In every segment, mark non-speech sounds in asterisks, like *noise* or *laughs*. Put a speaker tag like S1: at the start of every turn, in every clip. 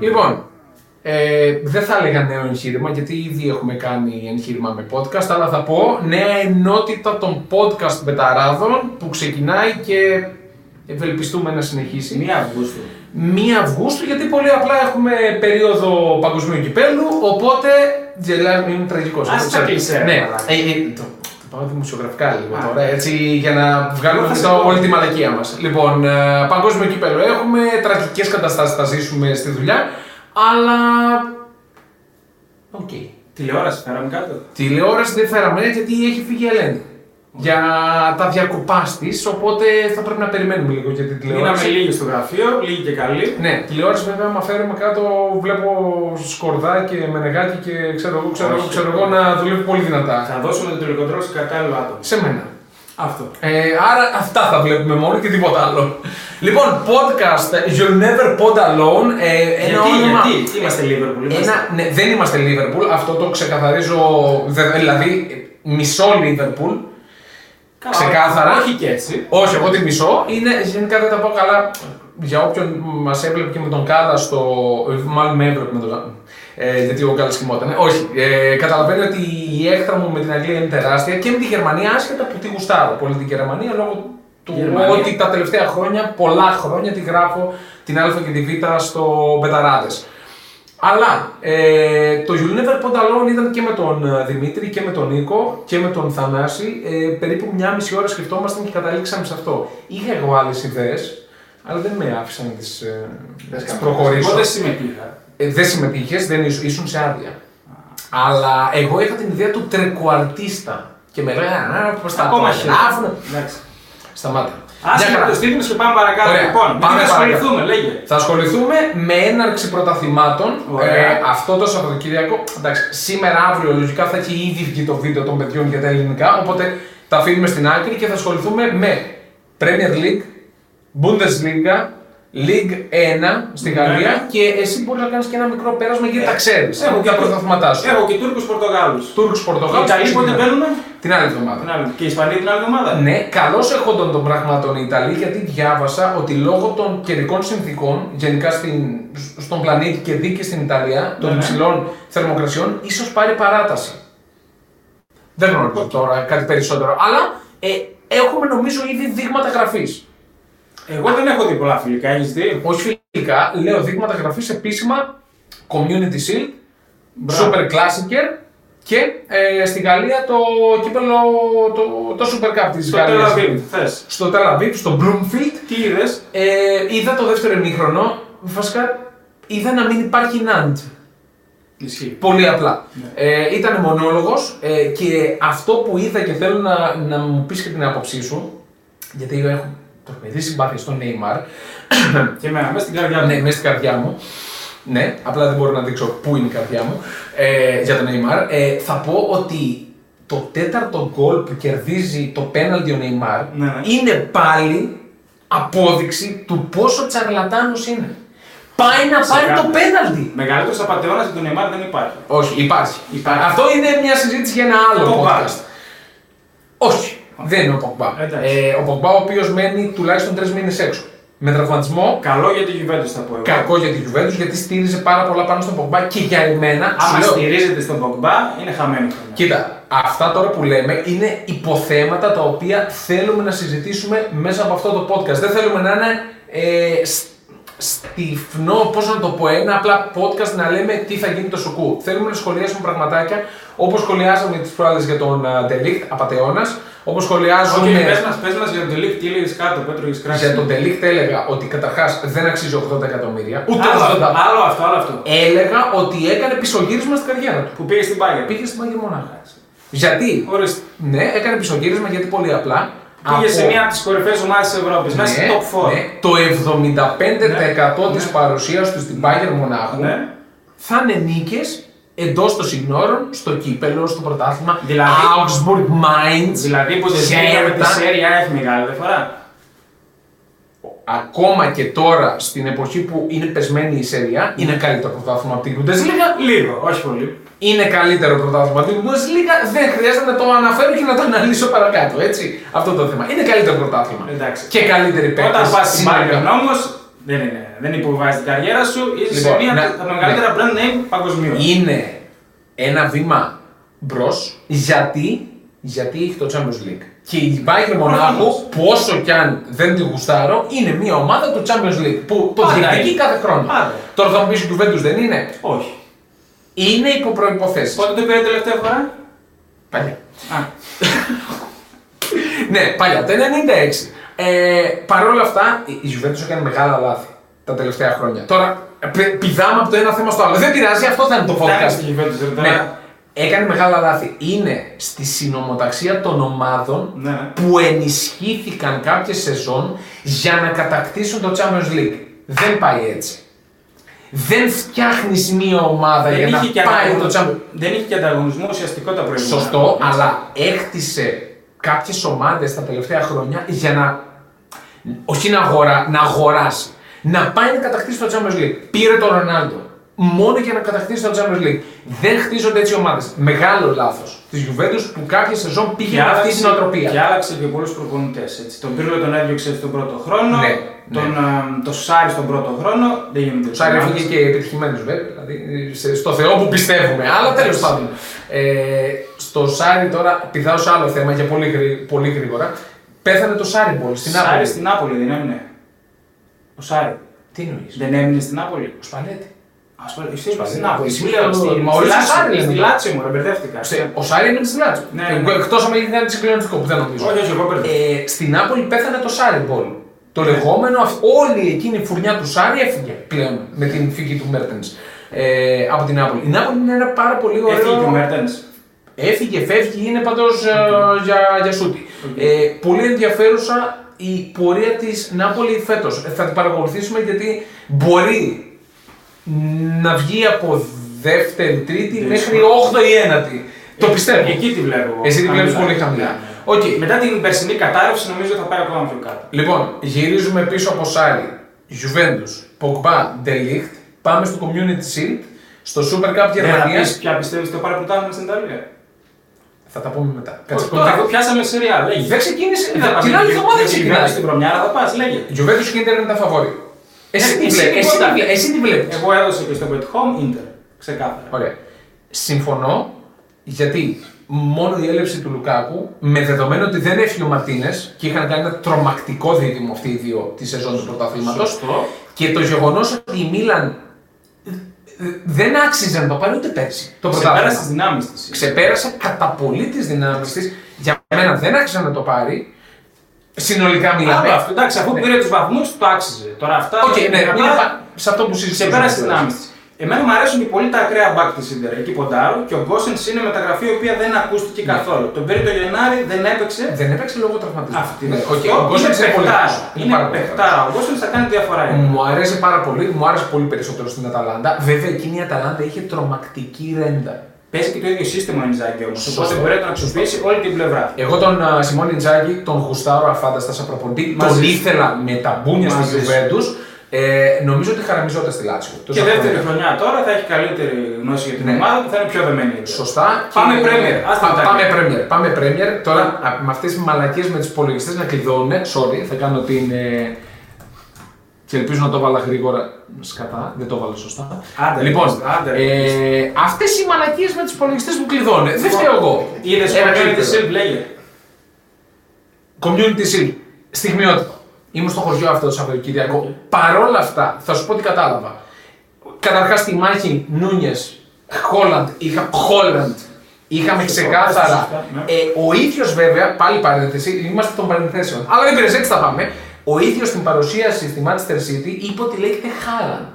S1: Λοιπόν, Ε, δεν θα έλεγα νέο εγχείρημα, γιατί ήδη έχουμε κάνει εγχείρημα με podcast, αλλά θα πω νέα ενότητα των podcast μπεταράδων που ξεκινάει και ευελπιστούμε να συνεχίσει.
S2: 1 Αυγούστου.
S1: 1 Αυγούστου, γιατί πολύ απλά έχουμε περίοδο παγκοσμίου κυπέλου, οπότε τζελάζουμε, είναι τραγικός.
S2: Ας τα κλεισέ,
S1: Ναι,
S2: μαλάκα.
S1: ε, ε, το, το πάω δημοσιογραφικά λίγο
S2: Α.
S1: τώρα, έτσι, για να βγάλουμε
S2: Θα σε
S1: το-
S2: πω.
S1: όλη τη μαλακία μας. Λοιπόν, ε, παγκόσμιο κύπελο έχουμε, τραγικές καταστάσεις θα ζήσουμε στη δουλειά, αλλά. Οκ.
S2: Τηλεόραση, φέραμε κάτω.
S1: Τηλεόραση δεν φέραμε γιατί έχει φύγει η Ελένη. Για τα διακοπάς της, οπότε θα πρέπει να περιμένουμε λίγο για την
S2: Μείναμε
S1: τηλεόραση.
S2: λίγοι στο γραφείο, λίγοι και καλοί.
S1: Ναι, τηλεόραση βέβαια, άμα φέρουμε κάτω, βλέπω σκορδά και μενεγάκι και ξέρω εγώ, ξέρω εγώ,
S2: Όχι.
S1: ξέρω εγώ να δουλεύει πολύ δυνατά.
S2: Θα δώσουμε το τηλεκοντρό σε κατάλληλο άτομο.
S1: Σε μένα.
S2: Αυτό.
S1: Ε, άρα αυτά θα βλέπουμε μόνο και τίποτα άλλο. Λοιπόν, podcast You'll Never Pod Alone. Ε, ένα
S2: γιατί,
S1: όνομα-
S2: γιατί είμαστε Liverpool, είμαστε.
S1: Ένα, ναι, δεν είμαστε Liverpool, αυτό το ξεκαθαρίζω. δε- Δηλαδή, μισό Liverpool.
S2: Καλά,
S1: ξεκάθαρα.
S2: Όχι και έτσι.
S1: Όχι, εγώ τη μισώ. Είναι, γενικά δεν τα πάω καλά. Για όποιον μας έβλεπε και με τον Κάδα στο. Μάλλον με έβλεπε με τον Κάδα. Ε, γιατί ο Κάδα κοιμόταν. Όχι. Ε, καταλαβαίνω ότι η έκτρα μου με την Αγγλία είναι τεράστια και με τη Γερμανία, άσχετα που τη γουστάρω πολύ την Γερμανία, λόγω του
S2: Γερμανία.
S1: ότι τα τελευταία χρόνια, πολλά χρόνια, τη γράφω την Α και τη Β στο Μπεταράδες. Αλλά ε, το You Never Pod Alone ήταν και με τον ε, Δημήτρη και με τον Νίκο και με τον Θανάση. Ε, περίπου μια μισή ώρα σκεφτόμασταν και καταλήξαμε σε αυτό. Είχα εγώ άλλες ιδέες, αλλά δεν με άφησαν να τις ε, προχωρήσω.
S2: Εγώ δεν συμμετείχα.
S1: Ε, δεν συμμετείχες, δεν ήσου- ήσουν σε άδεια. Αλλά εγώ είχα την ιδέα του τρεκουαρτίστα. Και με λέγανε Α, πώ τα
S2: Ακόμα
S1: γράφουν.
S2: Εντάξει.
S1: Σταμάτα. Μια
S2: Άσε
S1: χαρά.
S2: με το στήθμιση και πάμε παρακάτω.
S1: Ωραία.
S2: Λοιπόν,
S1: Πάμε
S2: πάμε να
S1: παρακάτω.
S2: ασχοληθούμε, λέγε.
S1: Θα ασχοληθούμε με έναρξη πρωταθλημάτων
S2: Ωραία.
S1: ε, αυτό το Σαββατοκύριακο. Εντάξει, σήμερα, αύριο λογικά θα έχει ήδη βγει το βίντεο των παιδιών για τα ελληνικά. Οπότε τα αφήνουμε στην άκρη και θα ασχοληθούμε με Premier League, Bundesliga, League 1 στη
S2: Ναι. Ε,
S1: Γαλλία και εσύ μπορεί να κάνεις και ένα μικρό πέρασμα γιατί τα ξέρεις. Έχω
S2: και
S1: για πρωταθλήματά σου.
S2: Έχω και Τούρκους Πορτογάλους.
S1: Τούρκους Πορτογάλους.
S2: Οι Ιταλοί πότε μπαίνουν.
S1: Την άλλη εβδομάδα.
S2: Και οι Ισπανοί την άλλη εβδομάδα.
S1: Ναι, καλώς εχόντων των πραγμάτων οι Ιταλοί, γιατί διάβασα ότι λόγω των καιρικών συνθήκων, γενικά στην, στον πλανήτη και δει και στην Ιταλία, των
S2: Ναι, ναι.
S1: υψηλών θερμοκρασιών, ίσως πάρει παράταση. Δεν γνωρίζω τώρα κάτι περισσότερο. Αλλά ε, έχουμε νομίζω ήδη δείγματα γραφής.
S2: Εγώ δεν έχω δει πολλά φιλικά, έχεις δει.
S1: Όχι φιλικά, λέω δείγματα γραφής επίσημα Community Shield,
S2: Μπράβο.
S1: Super Classicer και ε, στη Γαλλία το κύπελο, το, το Super Cup της
S2: Στο τέλο
S1: Γαλλία.
S2: Αβίβ, θες.
S1: Στο Τελαβίβ, στο Bloomfield,
S2: Τι είδες.
S1: Ε, είδα το δεύτερο ημίχρονο. Βασικά είδα να μην υπάρχει Νάντ.
S2: Ισχύει.
S1: Πολύ απλά. Ε, ήταν μονόλογος ε, και αυτό που είδα και θέλω να, να μου πεις και την άποψή σου. Γιατί εγώ έχω τρομερή συμπάθεια στον Neymar.
S2: Και εμένα, μέσα στην καρδιά
S1: ναι,
S2: μου.
S1: μέσα στην καρδιά μου. Ναι, απλά δεν μπορώ να δείξω πού είναι η καρδιά μου ε, για τον Neymar. Ε, θα πω ότι το τέταρτο γκολ που κερδίζει το πέναλτι ο Neymar
S2: Ναι, ναι.
S1: είναι πάλι απόδειξη του πόσο τσαρλατάνος είναι. Πάει να πάρει το
S2: Ξεκάθαρα.
S1: πέναλτι.
S2: Μεγαλύτερος απαταιώνα για τον Νεμάρ δεν υπάρχει.
S1: Όχι, υπάρχει.
S2: Υπάρχει.
S1: Αυτό είναι μια συζήτηση για ένα άλλο
S2: Ο Pogba.
S1: podcast. Όχι, δεν είναι ο Ποκμπά.
S2: Εντάξει.
S1: ο Ποκμπά ο οποίος μένει τουλάχιστον τρεις μήνες έξω. Με τραυματισμό
S2: Καλό για τη Juventus θα πω εγώ.
S1: κακό για τη Juventus γιατί στήριζε πάρα πολλά πάνω στον Πογμπά και για εμένα.
S2: Άμα
S1: σου λέω,
S2: στηρίζεται στον Πογμπά, είναι χαμένη χρονιά.
S1: Κοίτα, αυτά τώρα που λέμε είναι υποθέματα τα οποία θέλουμε να συζητήσουμε μέσα από αυτό το podcast. Δεν θέλουμε να είναι ε, σ- στιφνό, πώς να το πω, ένα απλά podcast να λέμε τι θα γίνει το σουκού. Θέλουμε να σχολιάσουμε πραγματάκια όπως σχολιάσαμε τις προάλλες για τον ε, Τελίχτ, απαταιώνας, όπως σχολιάζουμε.
S2: Όχι, πες μας, πες μας για τον Τελίκ, τι έλεγες κάτω, Πέτρο, έχεις κράξει.
S1: Για τον Τελίχτ έλεγα ότι καταρχάς δεν αξίζει 80 εκατομμύρια, ούτε
S2: άλλο,
S1: 80.
S2: αυτό, άλλο αυτό, άλλο
S1: Ε.
S2: αυτό.
S1: Έλεγα ότι έκανε πισωγύρισμα στην καριέρα του.
S2: Που πήγε στην Bayern.
S1: Πήγε στην Πάγια Μονάχα. Γιατί,
S2: Ορίστε.
S1: ναι, έκανε πισωγύρισμα γιατί πολύ απλά.
S2: Πήγε σε
S1: από-
S2: μία από τις κορυφαίες ομάδες της Ευρώπης, μέσα
S1: ναι,
S2: στο top 4.
S1: ναι, το 75%
S2: Ναι,
S1: της
S2: ναι.
S1: παρουσίας τους στην Bayern Μονάχου
S2: Ναι.
S1: θα είναι νίκες εντός των συνόρων, στο κύπελο, στο πρωτάθλημα,
S2: Δηλαδή-
S1: Augsburg, Mainz,
S2: Δηλαδή, που δεν με τη
S1: Hertha.
S2: Serie A έχει μεγάλη διαφορά.
S1: Ακόμα και τώρα, στην εποχή που είναι πεσμένη η Σέρια, είναι καλύτερο πρωτάθλημα από την Bundesliga.
S2: Λίγο, όχι πολύ.
S1: είναι καλύτερο πρωτάθλημα από την Bundesliga. Δεν χρειάζεται να το αναφέρω και να το αναλύσω παρακάτω. Έτσι, αυτό το θέμα. Είναι καλύτερο πρωτάθλημα.
S2: Εντάξει.
S1: Και καλύτερη παίκτη.
S2: Όταν πας στην Bayern όμως, Δεν, είναι, δεν υποβάζεις την καριέρα σου, είσαι σε
S1: Λοιπόν,
S2: μία
S1: να- ναι.
S2: από τα μεγαλύτερα brand name παγκοσμίως.
S1: Είναι ένα βήμα μπρος γιατί, γιατί έχει το Champions League. Και η Bayern Μονάχου,
S2: Προφανώς.
S1: που όσο κι αν δεν τη γουστάρω, είναι μια ομάδα του Champions League που το
S2: Πάντα
S1: διεκδικεί
S2: είναι.
S1: κάθε χρόνο.
S2: Πάντα.
S1: Τώρα θα μου πεις η Juventus δεν είναι.
S2: Όχι.
S1: Είναι υπό προποθέσει.
S2: Πότε το πήρε τελευταία φορά.
S1: Παλιά.
S2: Α,
S1: Ναι, παλιά, το 96. Ε, Παρ' όλα αυτά, η η Juventus έκανε μεγάλα λάθη τα τελευταία χρόνια. Τώρα πη- πηδάμε από το ένα θέμα στο άλλο. Δεν πειράζει, αυτό θα είναι το
S2: Φτάνει
S1: podcast.
S2: στη Juventus, ρε, τώρα.
S1: Ναι. Έκανε μεγάλα λάθη. Είναι στη συνομοταξία των ομάδων
S2: Ναι, ναι.
S1: που ενισχύθηκαν κάποιες σεζόν για να κατακτήσουν το Champions League. Δεν πάει έτσι. Δεν φτιάχνεις μία ομάδα για να πάει το Champions League.
S2: δεν είχε και ανταγωνισμό ουσιαστικό τα προηγούμενα.
S1: Σωστό, αλλά έκτισε κάποιες ομάδες τα τελευταία χρόνια για να. Όχι να, αγορά, να αγοράσει. Να πάει να κατακτήσει το Champions League. Πήρε τον Ρονάλντο. Μόνο για να κατακτήσει το Champions League. Δεν χτίζονται έτσι ομάδες. Μεγάλο λάθος της Juventus που κάποια σεζόν πήγε με αυτή την
S2: Και
S1: οτροπία.
S2: άλλαξε και πολλούς προπονητές. Τον Πύρλο τον έδιωξε στον πρώτο χρόνο.
S1: Ναι,
S2: Τον, α, το Σάρι στον πρώτο χρόνο. Δεν γίνεται.
S1: Ο Σάρι έφυγε και επιτυχημένος βέβαια. Δηλαδή σε- στο Θεό που πιστεύουμε. Αλλά τέλος πάντων. Ε, στο Σάρι τώρα πηδάω σε άλλο θέμα για πολύ, γρή- πολύ γρήγορα. Πέθανε το Σάρι Μπολ στην
S2: Σάρι
S1: Άπολη.
S2: στην Νάπολη δεν έμεινε. Ο Σάρι.
S1: Τι εννοείς.
S2: Δεν έμεινε στην Νάπολη.
S1: Ο Σπανέτη.
S2: Ας πούμε, εσύ στην
S1: Σπανίδη.
S2: Νάπολη.
S1: Εσύ
S2: Στη-
S1: λέω,
S2: στη-
S1: μα
S2: στη
S1: όλοι στο
S2: Λάτσιο,
S1: Σάρι
S2: Στη
S1: λέμε.
S2: Λάτσιο μου, ρε, μπερδεύτηκα.
S1: Σε- Ο Σάρι είναι τη Λάτσο.
S2: Ναι, ναι.
S1: Εκτός αν έγινε ένα συγκλονιστικό που δεν νομίζω.
S2: Όχι, Ναι. όχι, εγώ μπερδεύτηκα.
S1: Ε, στην Νάπολη πέθανε το Σάρι Μπολ. Το λεγόμενο, αυ- όλη εκείνη η φουρνιά του Σάρι έφυγε πλέον με την φυγή του Μέρτεν ε, από την Νάπολη. Η Νάπολη είναι ένα πάρα πολύ ωραίο.
S2: Έφυγε και ο Μέρτεν.
S1: Έφυγε, φεύγει, είναι πάντως για, για σούτι. Ε, πολύ ενδιαφέρουσα η πορεία της Νάπολη φέτος. Θα την παρακολουθήσουμε γιατί μπορεί να βγει από δεύτερη, τρίτη
S2: Δύσκολο. Ε,
S1: μέχρι 8η ή ένατη. Το πιστεύω.
S2: Εκεί τη βλέπω. εγώ.
S1: Εσύ τη βλέπεις
S2: Χαμηλά.
S1: πολύ χαμηλά.
S2: Ναι, ναι.
S1: Οκ.
S2: Μετά την περσινή κατάρρευση νομίζω θα πάει ακόμα πιο κάτω.
S1: Λοιπόν, γυρίζουμε πίσω από Σάρι, Juventus, Pogba, De Ligt. Πάμε στο Community Shield, στο Super Cup
S2: Δεν θα
S1: Γερμανίας.
S2: Ναι, πεις ποια πιστεύεις το πάρει πρωτάθλημα στην Ιταλία.
S1: Θα τα πούμε μετά. Κάτσε
S2: Όχι, Τώρα το
S1: κοντά.
S2: πιάσαμε σε ρεάλ, λέγε.
S1: Δεν ξεκίνησε.
S2: Δεν θα πάμε
S1: Την άλλη
S2: στην-
S1: εβδομάδα
S2: στην-
S1: ξεκινάει.
S2: Στην Προμιάρα θα πας, λέγε.
S1: Η Juventus και η Inter είναι τα φαβόρη. Εσύ
S2: Ε,
S1: τι
S2: εσύ
S1: βλέπεις, εσύ,
S2: τίποτα.
S1: τι βλέ- εσύ τι βλέπεις.
S2: Εγώ έδωσα και στο Bet Home Inter. Ξεκάθαρα.
S1: Ωραία. Συμφωνώ γιατί μόνο η έλευση του Λουκάκου με δεδομένο ότι δεν έφυγε ο Μαρτίνες και είχαν κάνει ένα τρομακτικό δίδυμο αυτοί οι δύο τη σεζόν του πρωταθλήματος.
S2: Σωστό.
S1: Και το γεγονός ότι η Μίλαν ε, δεν άξιζε να το πάρει ούτε πέρσι το
S2: Ξεπέρασε τις
S1: πρωτάθλημα.
S2: δυνάμεις της.
S1: Ξεπέρασε κατά πολύ τις δυνάμεις της. Για μένα δεν άξιζε να το πάρει. Συνολικά μιλάμε.
S2: Άρα, αυτό, εντάξει, αφού
S1: Ναι.
S2: πήρε τους βαθμούς, το άξιζε. Τώρα αυτά...
S1: Οκ, ναι,
S2: απλά
S1: είναι πα- σε αυτό που συζητήσαμε.
S2: Ξεπέρασε τις δυνάμεις της. Εμένα μου αρέσουν και πολύ τα ακραία back της Inter. Εκεί ποντάρω και ο Γκόσενς είναι μεταγραφή η οποία δεν ακούστηκε
S1: Ναι.
S2: καθόλου. Τον πήρε το Γενάρη, δεν έπαιξε.
S1: Δεν έπαιξε λόγω τραυματισμού.
S2: Αυτή
S1: Ναι,
S2: είναι.
S1: οκ, ο Γκόσελ είναι πολύ καλός.
S2: Είναι
S1: πάρα πολύ
S2: παιχτάρα. Ο Γκόσελ θα κάνει διαφορά.
S1: καλός. Μου αρέσει πάρα πολύ, μου άρεσε πολύ περισσότερο στην Αταλάντα. Βέβαια εκείνη η Αταλάντα είχε τρομακτική ρέντα.
S2: Παίζει και το ίδιο σύστημα ο Ιντζάκη όμως.
S1: Σωστό.
S2: Οπότε μπορεί να τον αξιοποιήσει όλη την πλευρά.
S1: Εγώ τον α, Σιμών Ιντζάκη τον γουστάρω αφάνταστα σαν προποντή.
S2: Μαζί
S1: Τον
S2: σου.
S1: ήθελα με τα μπούνια στη
S2: Μαζί σου.
S1: Juventus. Ε, νομίζω ότι χαραμιζόταν στη Λάτσιο.
S2: Και
S1: Τόσα
S2: δεύτερη
S1: χρόνια.
S2: χρονιά τώρα θα έχει καλύτερη γνώση για την
S1: Ναι.
S2: ομάδα που θα είναι πιο δεμένη.
S1: Σωστά.
S2: Πάμε
S1: Και-
S2: Premier. Ας την
S1: Πα-
S2: τάκη.
S1: Πάμε Premier. Πάμε Premier. Τώρα α, με αυτές τις μαλακίες με του υπολογιστέ να κλειδώνουν. Sorry, θα κάνω την. ε, Και ελπίζω να το βάλα γρήγορα. Σκατά, δεν το βάλα σωστά.
S2: Άντε,
S1: λοιπόν,
S2: λοιπόν, άντε, Λοιπόν,
S1: ε, αυτές οι μαλακίες με τους υπολογιστές που κλειδώνουν. Δεν φταίω εγώ.
S2: Είδες
S1: Ένα
S2: που έκανε τη
S1: καλύτερο.
S2: Σιλ Μπλέγερ.
S1: Community Shield. Στιγμιότυπο. Ήμουν στο χωριό αυτό το Σαββατοκύριακο. Παρόλα αυτά, θα σου πω τι κατάλαβα. Καταρχάς τη μάχη Νούνιες, Χόλαντ, είχα, Χόλαντ. Είχαμε
S2: Σωστό,
S1: ξεκάθαρα.
S2: σωστά, ναι.
S1: Ε, ο ίδιος βέβαια, πάλι παρένθεση, είμαστε των παρενθέσεων. Αλλά δεν πειράζει, έτσι θα πάμε. Ο ίδιος στην παρουσίαση στη Manchester City είπε ότι λέγεται Χάλαντ.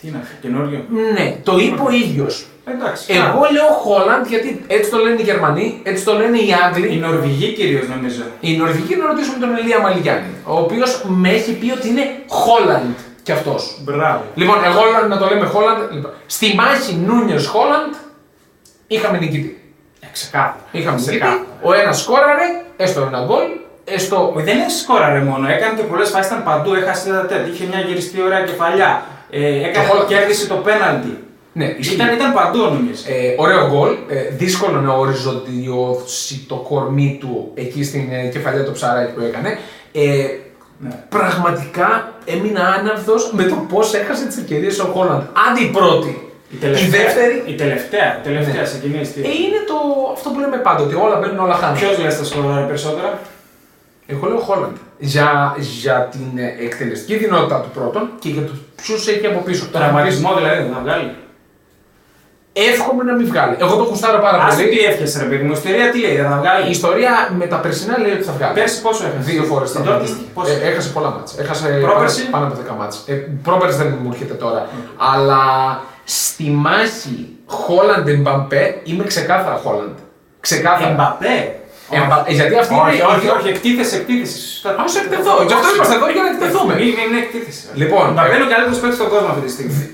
S2: Τι είναι αυτό, καινούριο.
S1: Ναι, το είπε ο ίδιος.
S2: Εντάξει.
S1: Εγώ λέω Χόλαντ γιατί έτσι το λένε οι Γερμανοί, έτσι το λένε οι Άγγλοι.
S2: Η Νορβηγή κυρίως νομίζω.
S1: Η Νορβηγή να ρωτήσουμε τον Ηλία Μαλιγιάννη, ο οποίος με έχει πει ότι είναι Χόλαντ κι αυτός.
S2: Μπράβο.
S1: Λοιπόν, εγώ λέω να το λέμε Χόλαντ. Λοιπόν, στη μάχη Νούνιο Χόλαντ είχαμε νικητή.
S2: Ε, Ξεκάθαρα.
S1: Είχαμε νικητή.
S2: Ξεκάθαρα.
S1: Ο ένας σκόραρε, έστω ένα γκολ, έστω.
S2: Ο- Δεν σκόραρε μόνο, έκανε και πολλές φάσεις, ήταν παντού, έχασε τα τέτοια. Είχε μια γυριστή ωραία κεφαλιά. Ε,
S1: Το
S2: έκανε,
S1: Holland.
S2: κέρδισε το πέναλτι.
S1: Ναι, ισχύει.
S2: Ήταν, ήταν παντού ο Νούνιες.
S1: Ε, ωραίο γκολ. Ε, δύσκολο να οριζοντιώσει το κορμί του εκεί στην ε, κεφαλιά του ψαράκι που έκανε. Ε,
S2: Ναι.
S1: Πραγματικά έμεινα άναυδος με το πώς έχασε τις ευκαιρίες ο Χόλαντ. Άντι η πρώτη.
S2: Η, τελευταία,
S1: Η δεύτερη
S2: Η τελευταία, η τελευταία
S1: Ναι.
S2: σε
S1: ε,
S2: κινήσει.
S1: είναι το, αυτό που λέμε πάντα, ότι όλα μπαίνουν, όλα χάνουν.
S2: Ποιος λες θα σκοράρει περισσότερα.
S1: Εγώ λέω Χόλαντ. Για, για την ε, εκτελεστική δυνατότητα του πρώτον και για του ποιου έχει από πίσω.
S2: Τραυματισμό δηλαδή δεν θα βγάλει.
S1: Εύχομαι να μην βγάλει. Εγώ το κουστάρω πάρα
S2: Α
S1: πολύ.
S2: τι έφτιασε ρε παιδί μου, η ιστορία τι λέει, δεν θα
S1: Η
S2: βγάλει.
S1: ιστορία με τα περσινά λέει ότι θα βγάλει.
S2: Πέρσι πόσο έχασε.
S1: Δύο φορές
S2: Στην
S1: τα
S2: Dortmund,
S1: μάτια.
S2: πόσο.
S1: Ε, έχασε πολλά μάτς. Έχασε
S2: Πρόπερση?
S1: πάνω, πάνω από 10 μάτς. Ε, πρόπερση δεν μου έρχεται τώρα. Αλλά στη μάχη Χόλαντ Εμπαμπέ είμαι ξεκάθαρα Χόλαντ. Ξεκάθαρα.
S2: Εμπαπέ.
S1: Εμπα- ε,
S2: Όχι.
S1: γιατί αυτή
S2: όχι,
S1: είναι-
S2: όχι, όχι, εκτίθεση, εκτίθεση.
S1: Ας εκτεθώ. Γι' αυτό είμαστε εδώ για να εκτεθούμε.
S2: Μην είναι εκτίθεση.
S1: Λοιπόν,
S2: Μπαπέ είναι ο καλύτερο παίκτης στον κόσμο αυτή τη στιγμή.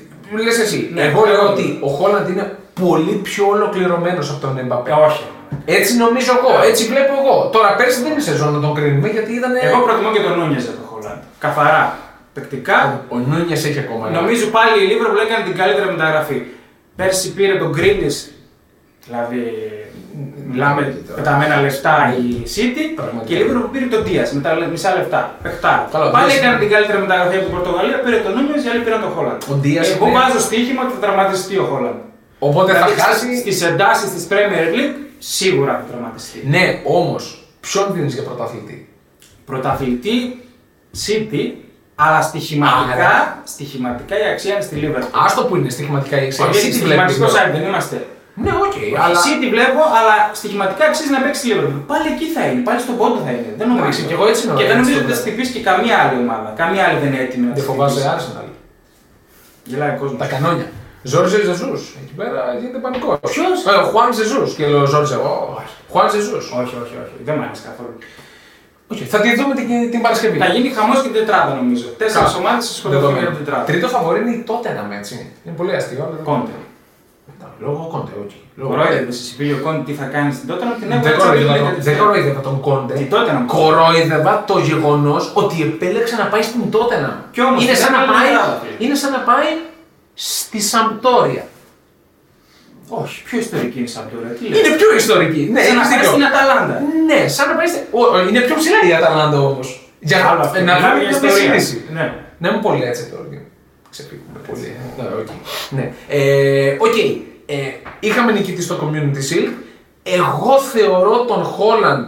S1: Λες εσύ.
S2: Ναι,
S1: εγώ λέω
S2: εγώ.
S1: ότι ο Χόλαντ είναι πολύ πιο ολοκληρωμένος από τον
S2: Ε,
S1: Εμπαμπέ.
S2: όχι.
S1: Έτσι νομίζω εγώ, έτσι βλέπω εγώ. Τώρα πέρσι δεν είναι σεζόν να τον κρίνουμε γιατί ήταν.
S2: Εγώ προτιμώ και τον Νούνιες από τον Χολάντ. Καθαρά. Παικτικά.
S1: Ο Νούνιες έχει ακόμα. ένα.
S2: Νομίζω πάλι η Λίβερπουλ έκανε την καλύτερη μεταγραφή. Πέρσι πήρε τον Grealish, δηλαδή μιλάμε
S1: τώρα.
S2: πεταμένα λεφτά η City
S1: Πραγματικά.
S2: και η Λίβερπουλ πήρε τον Diaz με τα λε- μισά λεφτά. Πεχτάρα.
S1: Καλά, ο
S2: Πάλι
S1: Diaz
S2: έκανε
S1: είναι-
S2: την καλύτερη μεταγραφή από την Πορτογαλία, πήρε τον Νούνιες, οι άλλοι πήραν τον Χόλαντ.
S1: Ο Diaz
S2: Εγώ
S1: είναι-
S2: βάζω στοίχημα ότι θα τραυματιστεί ο Χόλαντ.
S1: Οπότε θα
S2: Δηλαδή
S1: χάσει.
S2: στις εντάσεις της Premier League σίγουρα θα τραυματιστεί.
S1: Ναι, όμως, ποιον δίνεις για πρωταθλητή.
S2: Πρωταθλητή City, αλλά στοιχηματικά,
S1: Άρα.
S2: στοιχηματικά η αξία είναι στη Λίβερπουλ.
S1: Άστο που είναι στοιχηματικά η εξέλιξη.
S2: Όχι,
S1: Εσύ τι βλέπεις,
S2: στοιχηματικό
S1: ναι.
S2: site δεν είμαστε.
S1: Ναι, οκ,
S2: Αλλά...
S1: αλλά.
S2: Εσύ τη βλέπω, αλλά στοιχηματικά αξίζει να παίξεις τη Liverpool. Πάλι εκεί θα είναι, πάλι στον πόντο θα είναι. Δεν νομίζω.
S1: Εντάξει, κι εγώ έτσι νομίζω.
S2: Και δεν νομίζω
S1: Έτσι
S2: ότι θα
S1: το
S2: στυπήσει και καμία άλλη ομάδα. Καμία άλλη δεν είναι έτοιμη να
S1: Δεν
S2: τη
S1: φοβάζω
S2: χτυπήσει.
S1: Arsenal.
S2: Γελάει ο κόσμος.
S1: Τα κανόνια. Ζόρζε Ζεζούς. Εκεί πέρα γίνεται πανικός. Ποιος? Ο Χουάν Ζεζούς. Και λέω Ζόρζε. εγώ. Χουάν Ζεζούς.
S2: Όχι, όχι, όχι. Δεν μ' άρεσε καθόλου.
S1: Οκ, Θα τη δούμε την, την Παρασκευή.
S2: Θα γίνει χαμός και την τετράδα νομίζω. Τέσσερις ομάδε συσχολούνται για την τετράδα.
S1: Τρίτο φαβορή είναι η Tottenham, έτσι. Είναι πολύ αστείο. αλλά-
S2: Κόντε.
S1: Ναι, Λόγω κόντε, όχι.
S2: Κορόιδε, εσύ πήγε ο Κόντε τι θα κάνεις στην τότε, την
S1: Δεν
S2: έβγαλε
S1: κοροϊδεύα
S2: τσάμπιονς
S1: τον-
S2: λίγκ.
S1: Δεν κοροϊδεύα τον Κόντε.
S2: Την Tottenham.
S1: Κοροϊδεύα το γεγονός ότι επέλεξε να πάει στην Τότενα.
S2: Κι όμως
S1: είναι, σαν να
S2: δεν
S1: πάει,
S2: είναι Ελλάδα, φίλε.
S1: είναι σαν να πάει στη Σαμπτόρια.
S2: Όχι, πιο ιστορική είναι σαν τώρα. Τι λες.
S1: Είναι πιο ιστορική. Ναι,
S2: Σαν να
S1: έχεις
S2: πάει
S1: δίκιο.
S2: στην Αταλάντα.
S1: Ναι, σαν να πάει στην. Ω, Είναι πιο ψηλά η Αταλάντα όμως. Για
S2: Άλλο
S1: να
S2: αυτό.
S1: ε, να
S2: Μιλάμε
S1: βρούμε
S2: για
S1: μια
S2: ιστορία.
S1: σύνδεση.
S2: Ναι.
S1: Ναι, μου πολύ έτσι τώρα. γιατί Ξεφύγουμε πολύ. Ναι, οκ. Ναι. Ε, Οκ. Ε, Είχαμε νικητή στο Community Shield. Εγώ θεωρώ τον Χόλαντ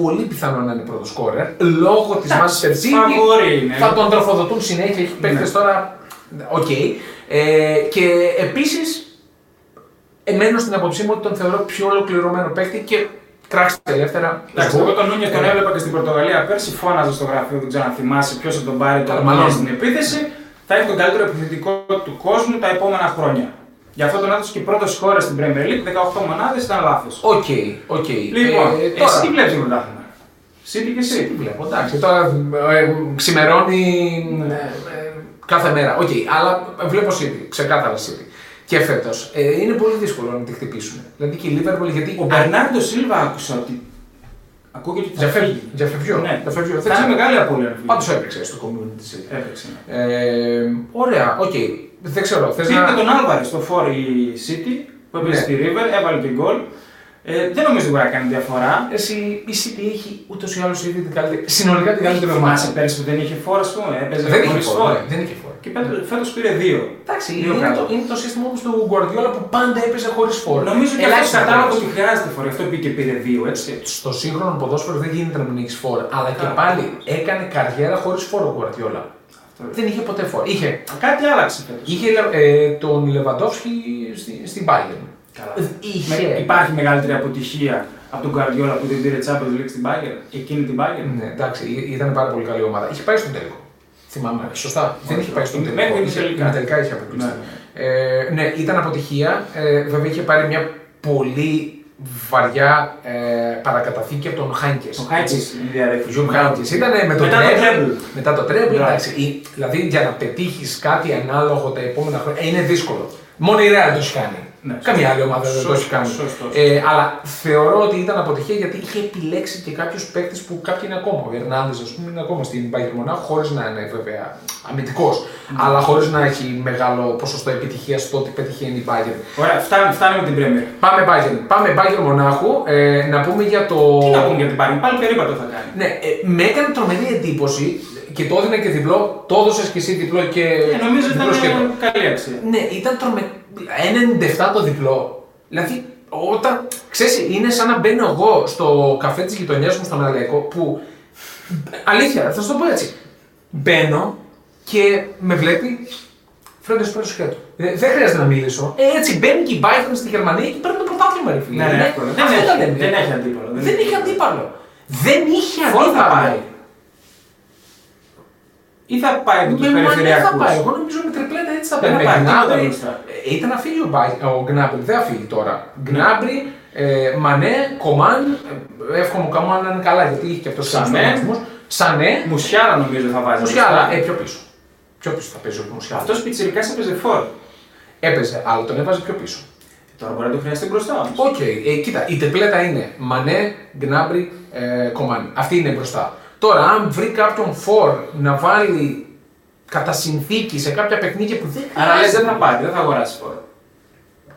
S1: πολύ πιθανό να είναι πρώτο σκόρερ λόγω της Manchester
S2: φαβορή
S1: City.
S2: είναι. Ναι.
S1: Θα τον τροφοδοτούν συνέχεια. Έχει παίχτε τώρα. Οκ. Ε, και επίσης Εμένω στην άποψή μου ότι τον θεωρώ πιο ολοκληρωμένο παίκτη και κράξτε ελεύθερα.
S2: Εντάξει, εγώ τον Νούνιες τον
S1: Ε,
S2: έβλεπα και στην Πορτογαλία πέρσι. Φώναζε στο γραφείο, δεν ξέρω αν θυμάσαι ποιος θα τον πάρει τον
S1: Μάλλον.
S2: Νούνιε στην επίθεση. Θα έχει τον καλύτερο επιθετικό του κόσμου τα επόμενα χρόνια. Γι' αυτό τον έδωσε και πρώτος χώρας στην Premier League, 18 μονάδες ήταν λάθος.
S1: Οκ, οκ.
S2: Λοιπόν,
S1: Ε,
S2: εσύ τι
S1: τώρα-
S2: βλέπει το πρωτάθλημα. City και
S1: Τι
S2: εσύ.
S1: βλέπω, εντάξει. Τώρα ε, ε, ξημερώνει
S2: Ναι.
S1: ε, ε, κάθε μέρα. Οκ, αλλά βλέπω City, ξεκάθαρα City. Και φέτος. είναι πολύ δύσκολο να τη χτυπήσουν. Δηλαδή και η Liverpool γιατί.
S2: Ο Μπερνάρντο Σίλβα άκουσα ότι. Ακούγεται ότι. Ε, θα φύγει.
S1: Για φευγιό.
S2: Ναι.
S1: Για φευγιό.
S2: Θα είναι μεγάλη απώλεια. να φύγει.
S1: Πάντως έπαιξε στο community. Shield.
S2: Έπαιξε. ναι.
S1: Ε, ωραία, οκ. Δεν ξέρω. Θες
S2: Πήρε και
S1: να.
S2: τον Άλβαρη στο φόρ η City που έπαιζε
S1: Ναι.
S2: στη River, έβαλε και γκολ. Ε, δεν νομίζω ότι μπορεί να κάνει διαφορά.
S1: Εσύ, η City έχει ούτως ή άλλως ήδη την καλύτερη. Συνολικά την καλύτερη ομάδα.
S2: Θυμάσαι πέρσι που δεν είχε φόρο, ας πούμε. Έπαιζε
S1: Δεν είχε
S2: χωρίς
S1: φόρο. ναι, Δεν είχε φόρο.
S2: Και φέτος πήρε δύο.
S1: Εντάξει,
S2: Δύο
S1: είναι
S2: κάτω.
S1: το, είναι το σύστημα όμω του Guardiola που πάντα έπαιζε χωρίς φόρο.
S2: Νομίζω ότι αυτό
S1: Ελάχιστα
S2: κατάλαβε
S1: φορές.
S2: ότι χρειάζεται φόρο. Γι' Αυτό πήγε και πήρε δύο, έτσι.
S1: Στο σύγχρονο ποδόσφαιρο δεν γίνεται να μην έχεις φόρ. Αλλά και
S2: Καλά.
S1: πάλι έκανε καριέρα χωρίς φόρο ο Guardiola.
S2: Αυτό είναι.
S1: Δεν είχε ποτέ φόρ. Είχε,
S2: Κάτι άλλαξε φέτος.
S1: είχε ε, τον Λεβαντόφσκι στη- στην Bayern. Ε, Είχε.
S2: Υπάρχει μεγαλύτερη αποτυχία από τον Καρδιόλα που δεν πήρε Champions League στην Bayern, εκείνη την Bayern.
S1: Ναι, εντάξει, ή- ήταν πάρα πολύ καλή ομάδα. Είχε πάει στον τελικό. Θυμάμαι, σωστά. δεν είχε πάει στον
S2: Μέχρι
S1: τελικό.
S2: την
S1: Είχε-
S2: τελικά.
S1: με τελικά είχε αποκλειστεί. Ναι. Ε, ναι, ήταν αποτυχία. Ε, βέβαια είχε πάρει μια πολύ βαριά ε, παρακαταθήκη από τον Χάνκε.
S2: Ο Χάιτσι είναι διαρρεύει.
S1: Zoom Counties. Ήταν ε, με το
S2: Μετά το treble.
S1: Μετά το τρέμπλ,
S2: Μπράβο.
S1: εντάξει. Η- Δηλαδή για να πετύχεις κάτι ανάλογο τα επόμενα χρόνια ε, είναι δύσκολο. Μόνο η Real το έχει κάνει.
S2: Ναι,
S1: Καμία άλλη ομάδα δεν το
S2: Σωστό,
S1: έχει κάνει.
S2: σωστό.
S1: Ε, αλλά θεωρώ ότι ήταν αποτυχία γιατί είχε επιλέξει και κάποιους παίκτες που κάποιοι είναι ακόμα. Ο Ερνάνδε, ας πούμε, είναι ακόμα στην Bayern Μονάχου, χωρίς να είναι βέβαια αμυντικός.
S2: Ναι.
S1: Αλλά χωρίς να έχει μεγάλο ποσοστό επιτυχίας στο ότι πετυχαίνει η Bayern.
S2: Ωραία, φτάνει, φτάνει με την Πρέμιερ.
S1: Πάμε Bayern. Πάμε Bayern Μονάχου. Ε, να πούμε για το.
S2: Τι να πούμε για την Bayern, πάλι περίπατο θα κάνει.
S1: Ναι, ε, με έκανε τρομερή εντύπωση και το έδινε και διπλό. Το έδωσες και εσύ διπλό και.
S2: Ε, νομίζω
S1: διπλό
S2: ήταν
S1: σκέτο.
S2: ε, καλή αξία.
S1: Ναι, ήταν τρομε... 97 το διπλό. Δηλαδή, όταν. Ξέρεις, είναι σαν να μπαίνω εγώ στο καφέ της γειτονιάς μου στον Αλέκο που. Αλήθεια, θα σου το πω έτσι. Μπαίνω και με βλέπει. Φρέντο πέρα σου χέτο. Ε, Δεν χρειάζεται να μιλήσω. Ε, έτσι μπαίνει και η Bayern στη Γερμανία και παίρνει το πρωτάθλημα, ρε φίλε.
S2: Ναι, ναι,
S1: Είναι-
S2: εύκολα.
S1: αυτό
S2: Δεν
S1: τα
S2: έχει-
S1: λέμε.
S2: δεν έχει αντίπαλο, δεν
S1: Δεν
S2: έχει
S1: είχε αντίπαλο. Δεν είχε
S2: Φόρ θα πάει.
S1: αντίπαλο.
S2: Ή θα πάει με
S1: Με
S2: τους Ε,
S1: μανία θα
S2: περιφερειακούς.
S1: πάει. Εγώ νομίζω με τριπλέτα έτσι θα
S2: Δεν
S1: πάει.
S2: πάει,
S1: Με
S2: τίποτα
S1: Gnabry-
S2: μπροστά.
S1: Ε, Ήταν να φύγει ο, Μπάι- ο Gnabry, δεν θα φύγει τώρα. Γκνάμπρι, ε, Μανέ, Κομάν, ε, εύχομαι ο Καμάν να είναι καλά γιατί είχε και αυτός
S2: Σανέ. Ναι,
S1: Σανέ,
S2: Μουσιάρα νομίζω θα βάζει.
S1: Μουσιάλα, ε, πιο πίσω. Πιο πίσω θα παίζει ο Μουσιάλα.
S2: Αυτός πιτσυρικά έπαιζε φόρ.
S1: Έπαιζε, αλλά τον έβαζε πιο πίσω.
S2: Τώρα μπορεί να το χρειαστεί μπροστά όμως.
S1: Οκ, ε, κοίτα, η τριπλέτα είναι Μανέ, Γκνάμπρι, ε, Κομάν. Αυτή είναι μπροστά. Τώρα, αν βρει κάποιον φορ να βάλει κατά συνθήκη σε κάποια παιχνίδια που δεν
S2: Άρα λες δεν
S1: χρειάζεται
S2: θα πάρει, δεν θα αγοράσει φόρ.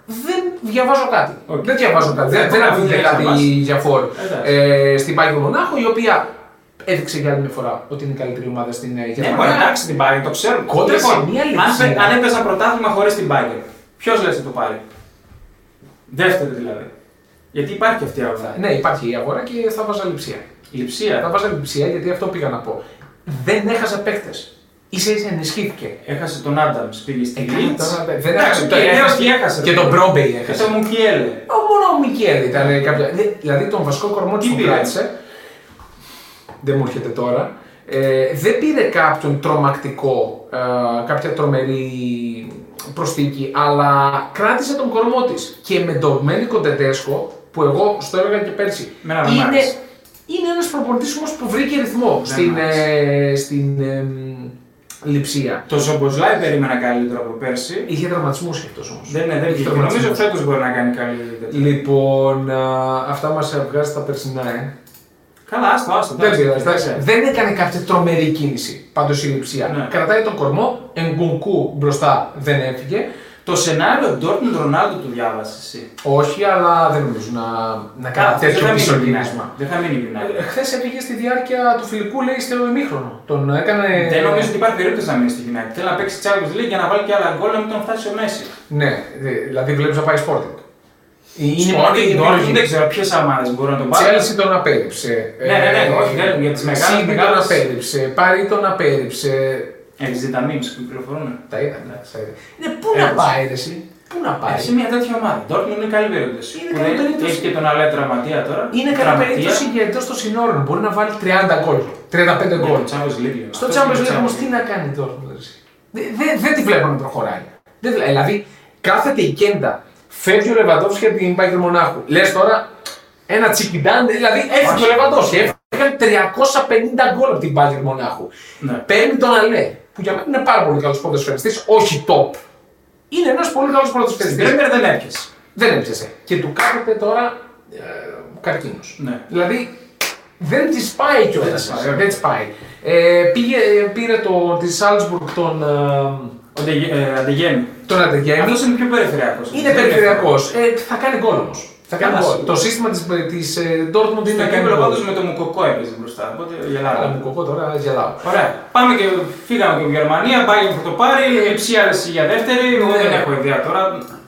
S1: Δεν διαβάζω κάτι.
S2: Οκ.
S1: Δεν διαβάζω κάτι.
S2: Ε,
S1: Δεν, δεν
S2: καλά,
S1: ακούγεται
S2: δεν
S1: κάτι
S2: διαβάζεις.
S1: για φόρ
S2: Εντάξει.
S1: ε, στην Πάγιο Μονάχο, η οποία έδειξε για άλλη μια φορά ότι είναι η καλύτερη ομάδα στην ε,
S2: Ναι, μπορεί
S1: Γερμανία.
S2: εντάξει την Bayern, το ξέρω.
S1: Κόντρα σε μία
S2: αν,
S1: λυσίδα.
S2: παι- αν έπαιζα πρωτάθλημα χωρίς την Bayern, ποιος λες θα το πάρει. Δεύτερο δηλαδή. Γιατί υπάρχει και αυτή η αγορά.
S1: ναι, υπάρχει η αγορά και θα βάζα λειψία.
S2: Η λειψία.
S1: Θα βάζα λειψία γιατί αυτό πήγα να πω. Δεν έχασα παίκτες. σα ίσα ενισχύθηκε.
S2: Έχασε τον Άνταμ, πήγε στη
S1: Ε, καλά,
S2: Λίτς.
S1: τώρα, Δεν
S2: Εντάξει,
S1: έχασε.
S2: οκ,
S1: τον έχασε.
S2: τι έχασε.
S1: Και τον Μπρόμπεϊ
S2: Και
S1: έχασε.
S2: τον Μουκιέλε.
S1: Ο μόνο ο Μικέλ ήταν κάποια. δε- Δηλαδή τον βασικό κορμό
S2: Τι
S1: του
S2: πήρε?
S1: κράτησε. Δεν μου έρχεται τώρα. Ε, δεν πήρε κάποιον τρομακτικό, ε, κάποια τρομερή προσθήκη, αλλά κράτησε τον κορμό τη. Και με τον Μένικο Τετέσκο, που εγώ στο έλεγα και πέρσι,
S2: Εμένα δεν μ'
S1: είναι,
S2: άρεσε.
S1: είναι ένας προπονητής όμως που βρήκε ρυθμό
S2: Δεν
S1: στην,
S2: μ'
S1: ε, στην ε, μ, λειψία.
S2: Το Σομποσλάι περίμενα καλύτερο από πέρσι.
S1: Είχε τραυματισμούς και αυτός όμως.
S2: Δεν, ναι, δεν
S1: Είχε
S2: βγήκε.
S1: τραυματισμούς.
S2: Νομίζω φέτος μπορεί να κάνει καλύτερη. τέτοια.
S1: Λοιπόν, α, αυτά μας βγάζει τα περσινά, ε.
S2: Καλά, άστα, άστα.
S1: Δεν
S2: εντάξει,
S1: πειράζει, εντάξει.
S2: εντάξει.
S1: Δεν έκανε κάποια τρομερή κίνηση πάντως η λειψία.
S2: Ναι.
S1: Κρατάει τον κορμό, εγκουνκού μπροστά δεν έφυγε.
S2: Το σενάριο Ντόρτμουντ Ρονάλντο το διάβασες εσύ.
S1: Όχι, αλλά δεν νομίζω να, να κάνει
S2: Καλά,
S1: τέτοιο
S2: δεν θα μείνει
S1: πισωγύρισμα.
S2: United. Δεν θα μείνει United.
S1: Χθε έφυγε στη διάρκεια του φιλικού, λέει, στο ημίχρονο. Τον έκανε.
S2: Δεν νομίζω ότι υπάρχει περίπτωση να μείνει στη United. Θέλει να παίξει Champions League για να βάλει και άλλα γκολ να μην τον φτάσει ο Μέση.
S1: Ναι, δε- δηλαδή βλέπεις να πάει Sporting. Είναι μόνο
S2: Sporting,
S1: η
S2: Dortmund,
S1: επιλογή.
S2: δεν ξέρω ποιες αμάδε μπορούν να τον πάρουν.
S1: Chelsea τον απέριψε. Ε,
S2: Ναι, ναι, ναι, όχι, δεν- για τις μεγάλες,
S1: City τον
S2: μεγάλες.
S1: απέριψε. Πάρη τον απέριψε.
S2: Έχει δει Ε, τα memes που κυκλοφορούν.
S1: Τα είδα, ναι, τα είδα. Ναι, πού να
S2: Έρχεσαι.
S1: πάει, ρε, εσύ. Πού να πάει.
S2: Ε, σε μια τέτοια ομάδα. Ντόρκμουν είναι καλή περίπτωση.
S1: Είναι
S2: Που
S1: καλή
S2: δεν-
S1: περίπτωση.
S2: Έχει και τον Αλέ τραυματία τώρα.
S1: Είναι κατά
S2: Τραυματία.
S1: περίπτωση για εντός των συνόρων. Μπορεί να βάλει 30 γκολ. 35
S2: Για
S1: γκολ.
S2: το Champions League. λέω.
S1: Στο
S2: Αυτό
S1: Champions
S2: είναι
S1: League
S2: το
S1: όμως
S2: Champions
S1: τι να κάνει τώρα. Δεν τη βλέπω να προχωράει. Δεν, βλέ- δηλαδή κάθεται η κέντα. Φεύγει ο Λεβαντόφσκι από την Bayern Μονάχου. Λες τώρα ένα τσικιντάν. Δηλαδή έφυγε ο
S2: Όχι.
S1: Λεβαντόφσκι. Έφυγαν 350 γκολ από την Bayern Μονάχου.
S2: Ναι.
S1: Παίρνει τον Αλέ που για μένα είναι πάρα πολύ καλός ποδοσφαιριστή. Όχι top. Είναι ένας πολύ καλός
S2: Στην
S1: ποδοσφαιριστή.
S2: Premier δεν έπιασε.
S1: Δεν έπιασε. Και του κάθεται τώρα ε, καρκίνος.
S2: Ναι.
S1: Δηλαδή δεν της πάει κιόλας.
S2: Δεν της πάει, ναι. όχι.
S1: Δεν της πάει. Ε, πήγε, πήρε το, τη Σάλτσμπουργκ τον, ε,
S2: Ο Ντε- ε, Αντεγέμι.
S1: τον Αντεγέμι.
S2: Αυτός είναι πιο περιφερειακός.
S1: Ε, Είναι περιφερειακό. Ε, θα κάνει γκολ όμως. Θα κάνει
S2: Καλά,
S1: γκολ.
S2: σίγουρα.
S1: Το σύστημα της της, ε, Dortmund είναι
S2: Στο
S1: να κάνει
S2: κύπελο πάντω
S1: γκολ.
S2: με τον Μουκοκό έπαιζε μπροστά. Οπότε
S1: Αλλά
S2: γελάμε.
S1: μου κοκκώ τώρα γελάω.
S2: Ωραία. Πάμε και φύγαμε και από Γερμανία. Μπάγκερ θα το πάρει. Ψιάρεση για δεύτερη. Εγώ
S1: Ναι.
S2: δεν έχω ιδέα τώρα.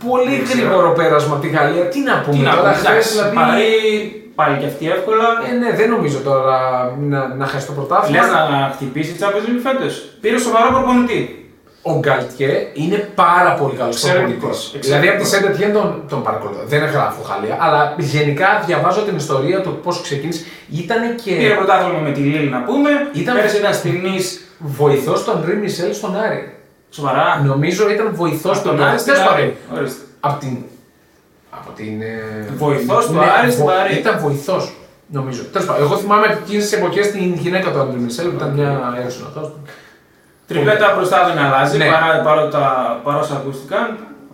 S1: Πολύ
S2: Δεν ξέρω.
S1: γρήγορο πέρασμα από τη Γαλλία. Τι να πούμε
S2: Τι να
S1: τώρα.
S2: πούμε.
S1: χθες,
S2: εντάξει,
S1: δηλαδή,
S2: Παρή, πάλι και αυτή εύκολα.
S1: ε, ναι, δεν νομίζω τώρα να, να χάσει το πρωτάθλημα.
S2: Λες να χτυπήσει η Champions League φέτος. Πήρε σοβαρό προπονητή.
S1: Ο Γκαλτιέ είναι πάρα πολύ καλός
S2: Εξαιρετικός,
S1: προπονητής. Δηλαδή από τη
S2: εξαιρετικός.
S1: Σέντερ Τιέν τον, τον παρακολουθώ. Δεν γράφω χαλία, αλλά γενικά διαβάζω την ιστορία του πώς ξεκίνησε. Ήταν
S2: Πήρε
S1: και
S2: πρωτάθλημα με τη Λίλη να πούμε.
S1: Ε. Ήταν-
S2: Πέρυσι ήταν στην Nice.
S1: βοηθός των Ρι Μισελ στον Άρη.
S2: Σοβαρά.
S1: Νομίζω ήταν βοηθός
S2: Στον
S1: στον Άρη.
S2: Άρη στην
S1: Τέλο
S2: Παρή.
S1: πάντων.
S2: Ορίστε.
S1: Από την. Από την. ε,
S2: Βοηθός του
S1: ναι,
S2: Άρη στην
S1: βο-
S2: Παρή.
S1: Ήταν βοηθός. Νομίζω. Τέλος πάντων, εγώ θυμάμαι εκείνες τις εποχές την γυναίκα του Άντρου Μισελ που ήταν
S2: Ναι.
S1: μια αεροσυνοδός.
S2: Τριπλέτα μπροστά δεν αλλάζει
S1: Ναι.
S2: παρά, παρό, τα, παρόσα ακούστηκαν.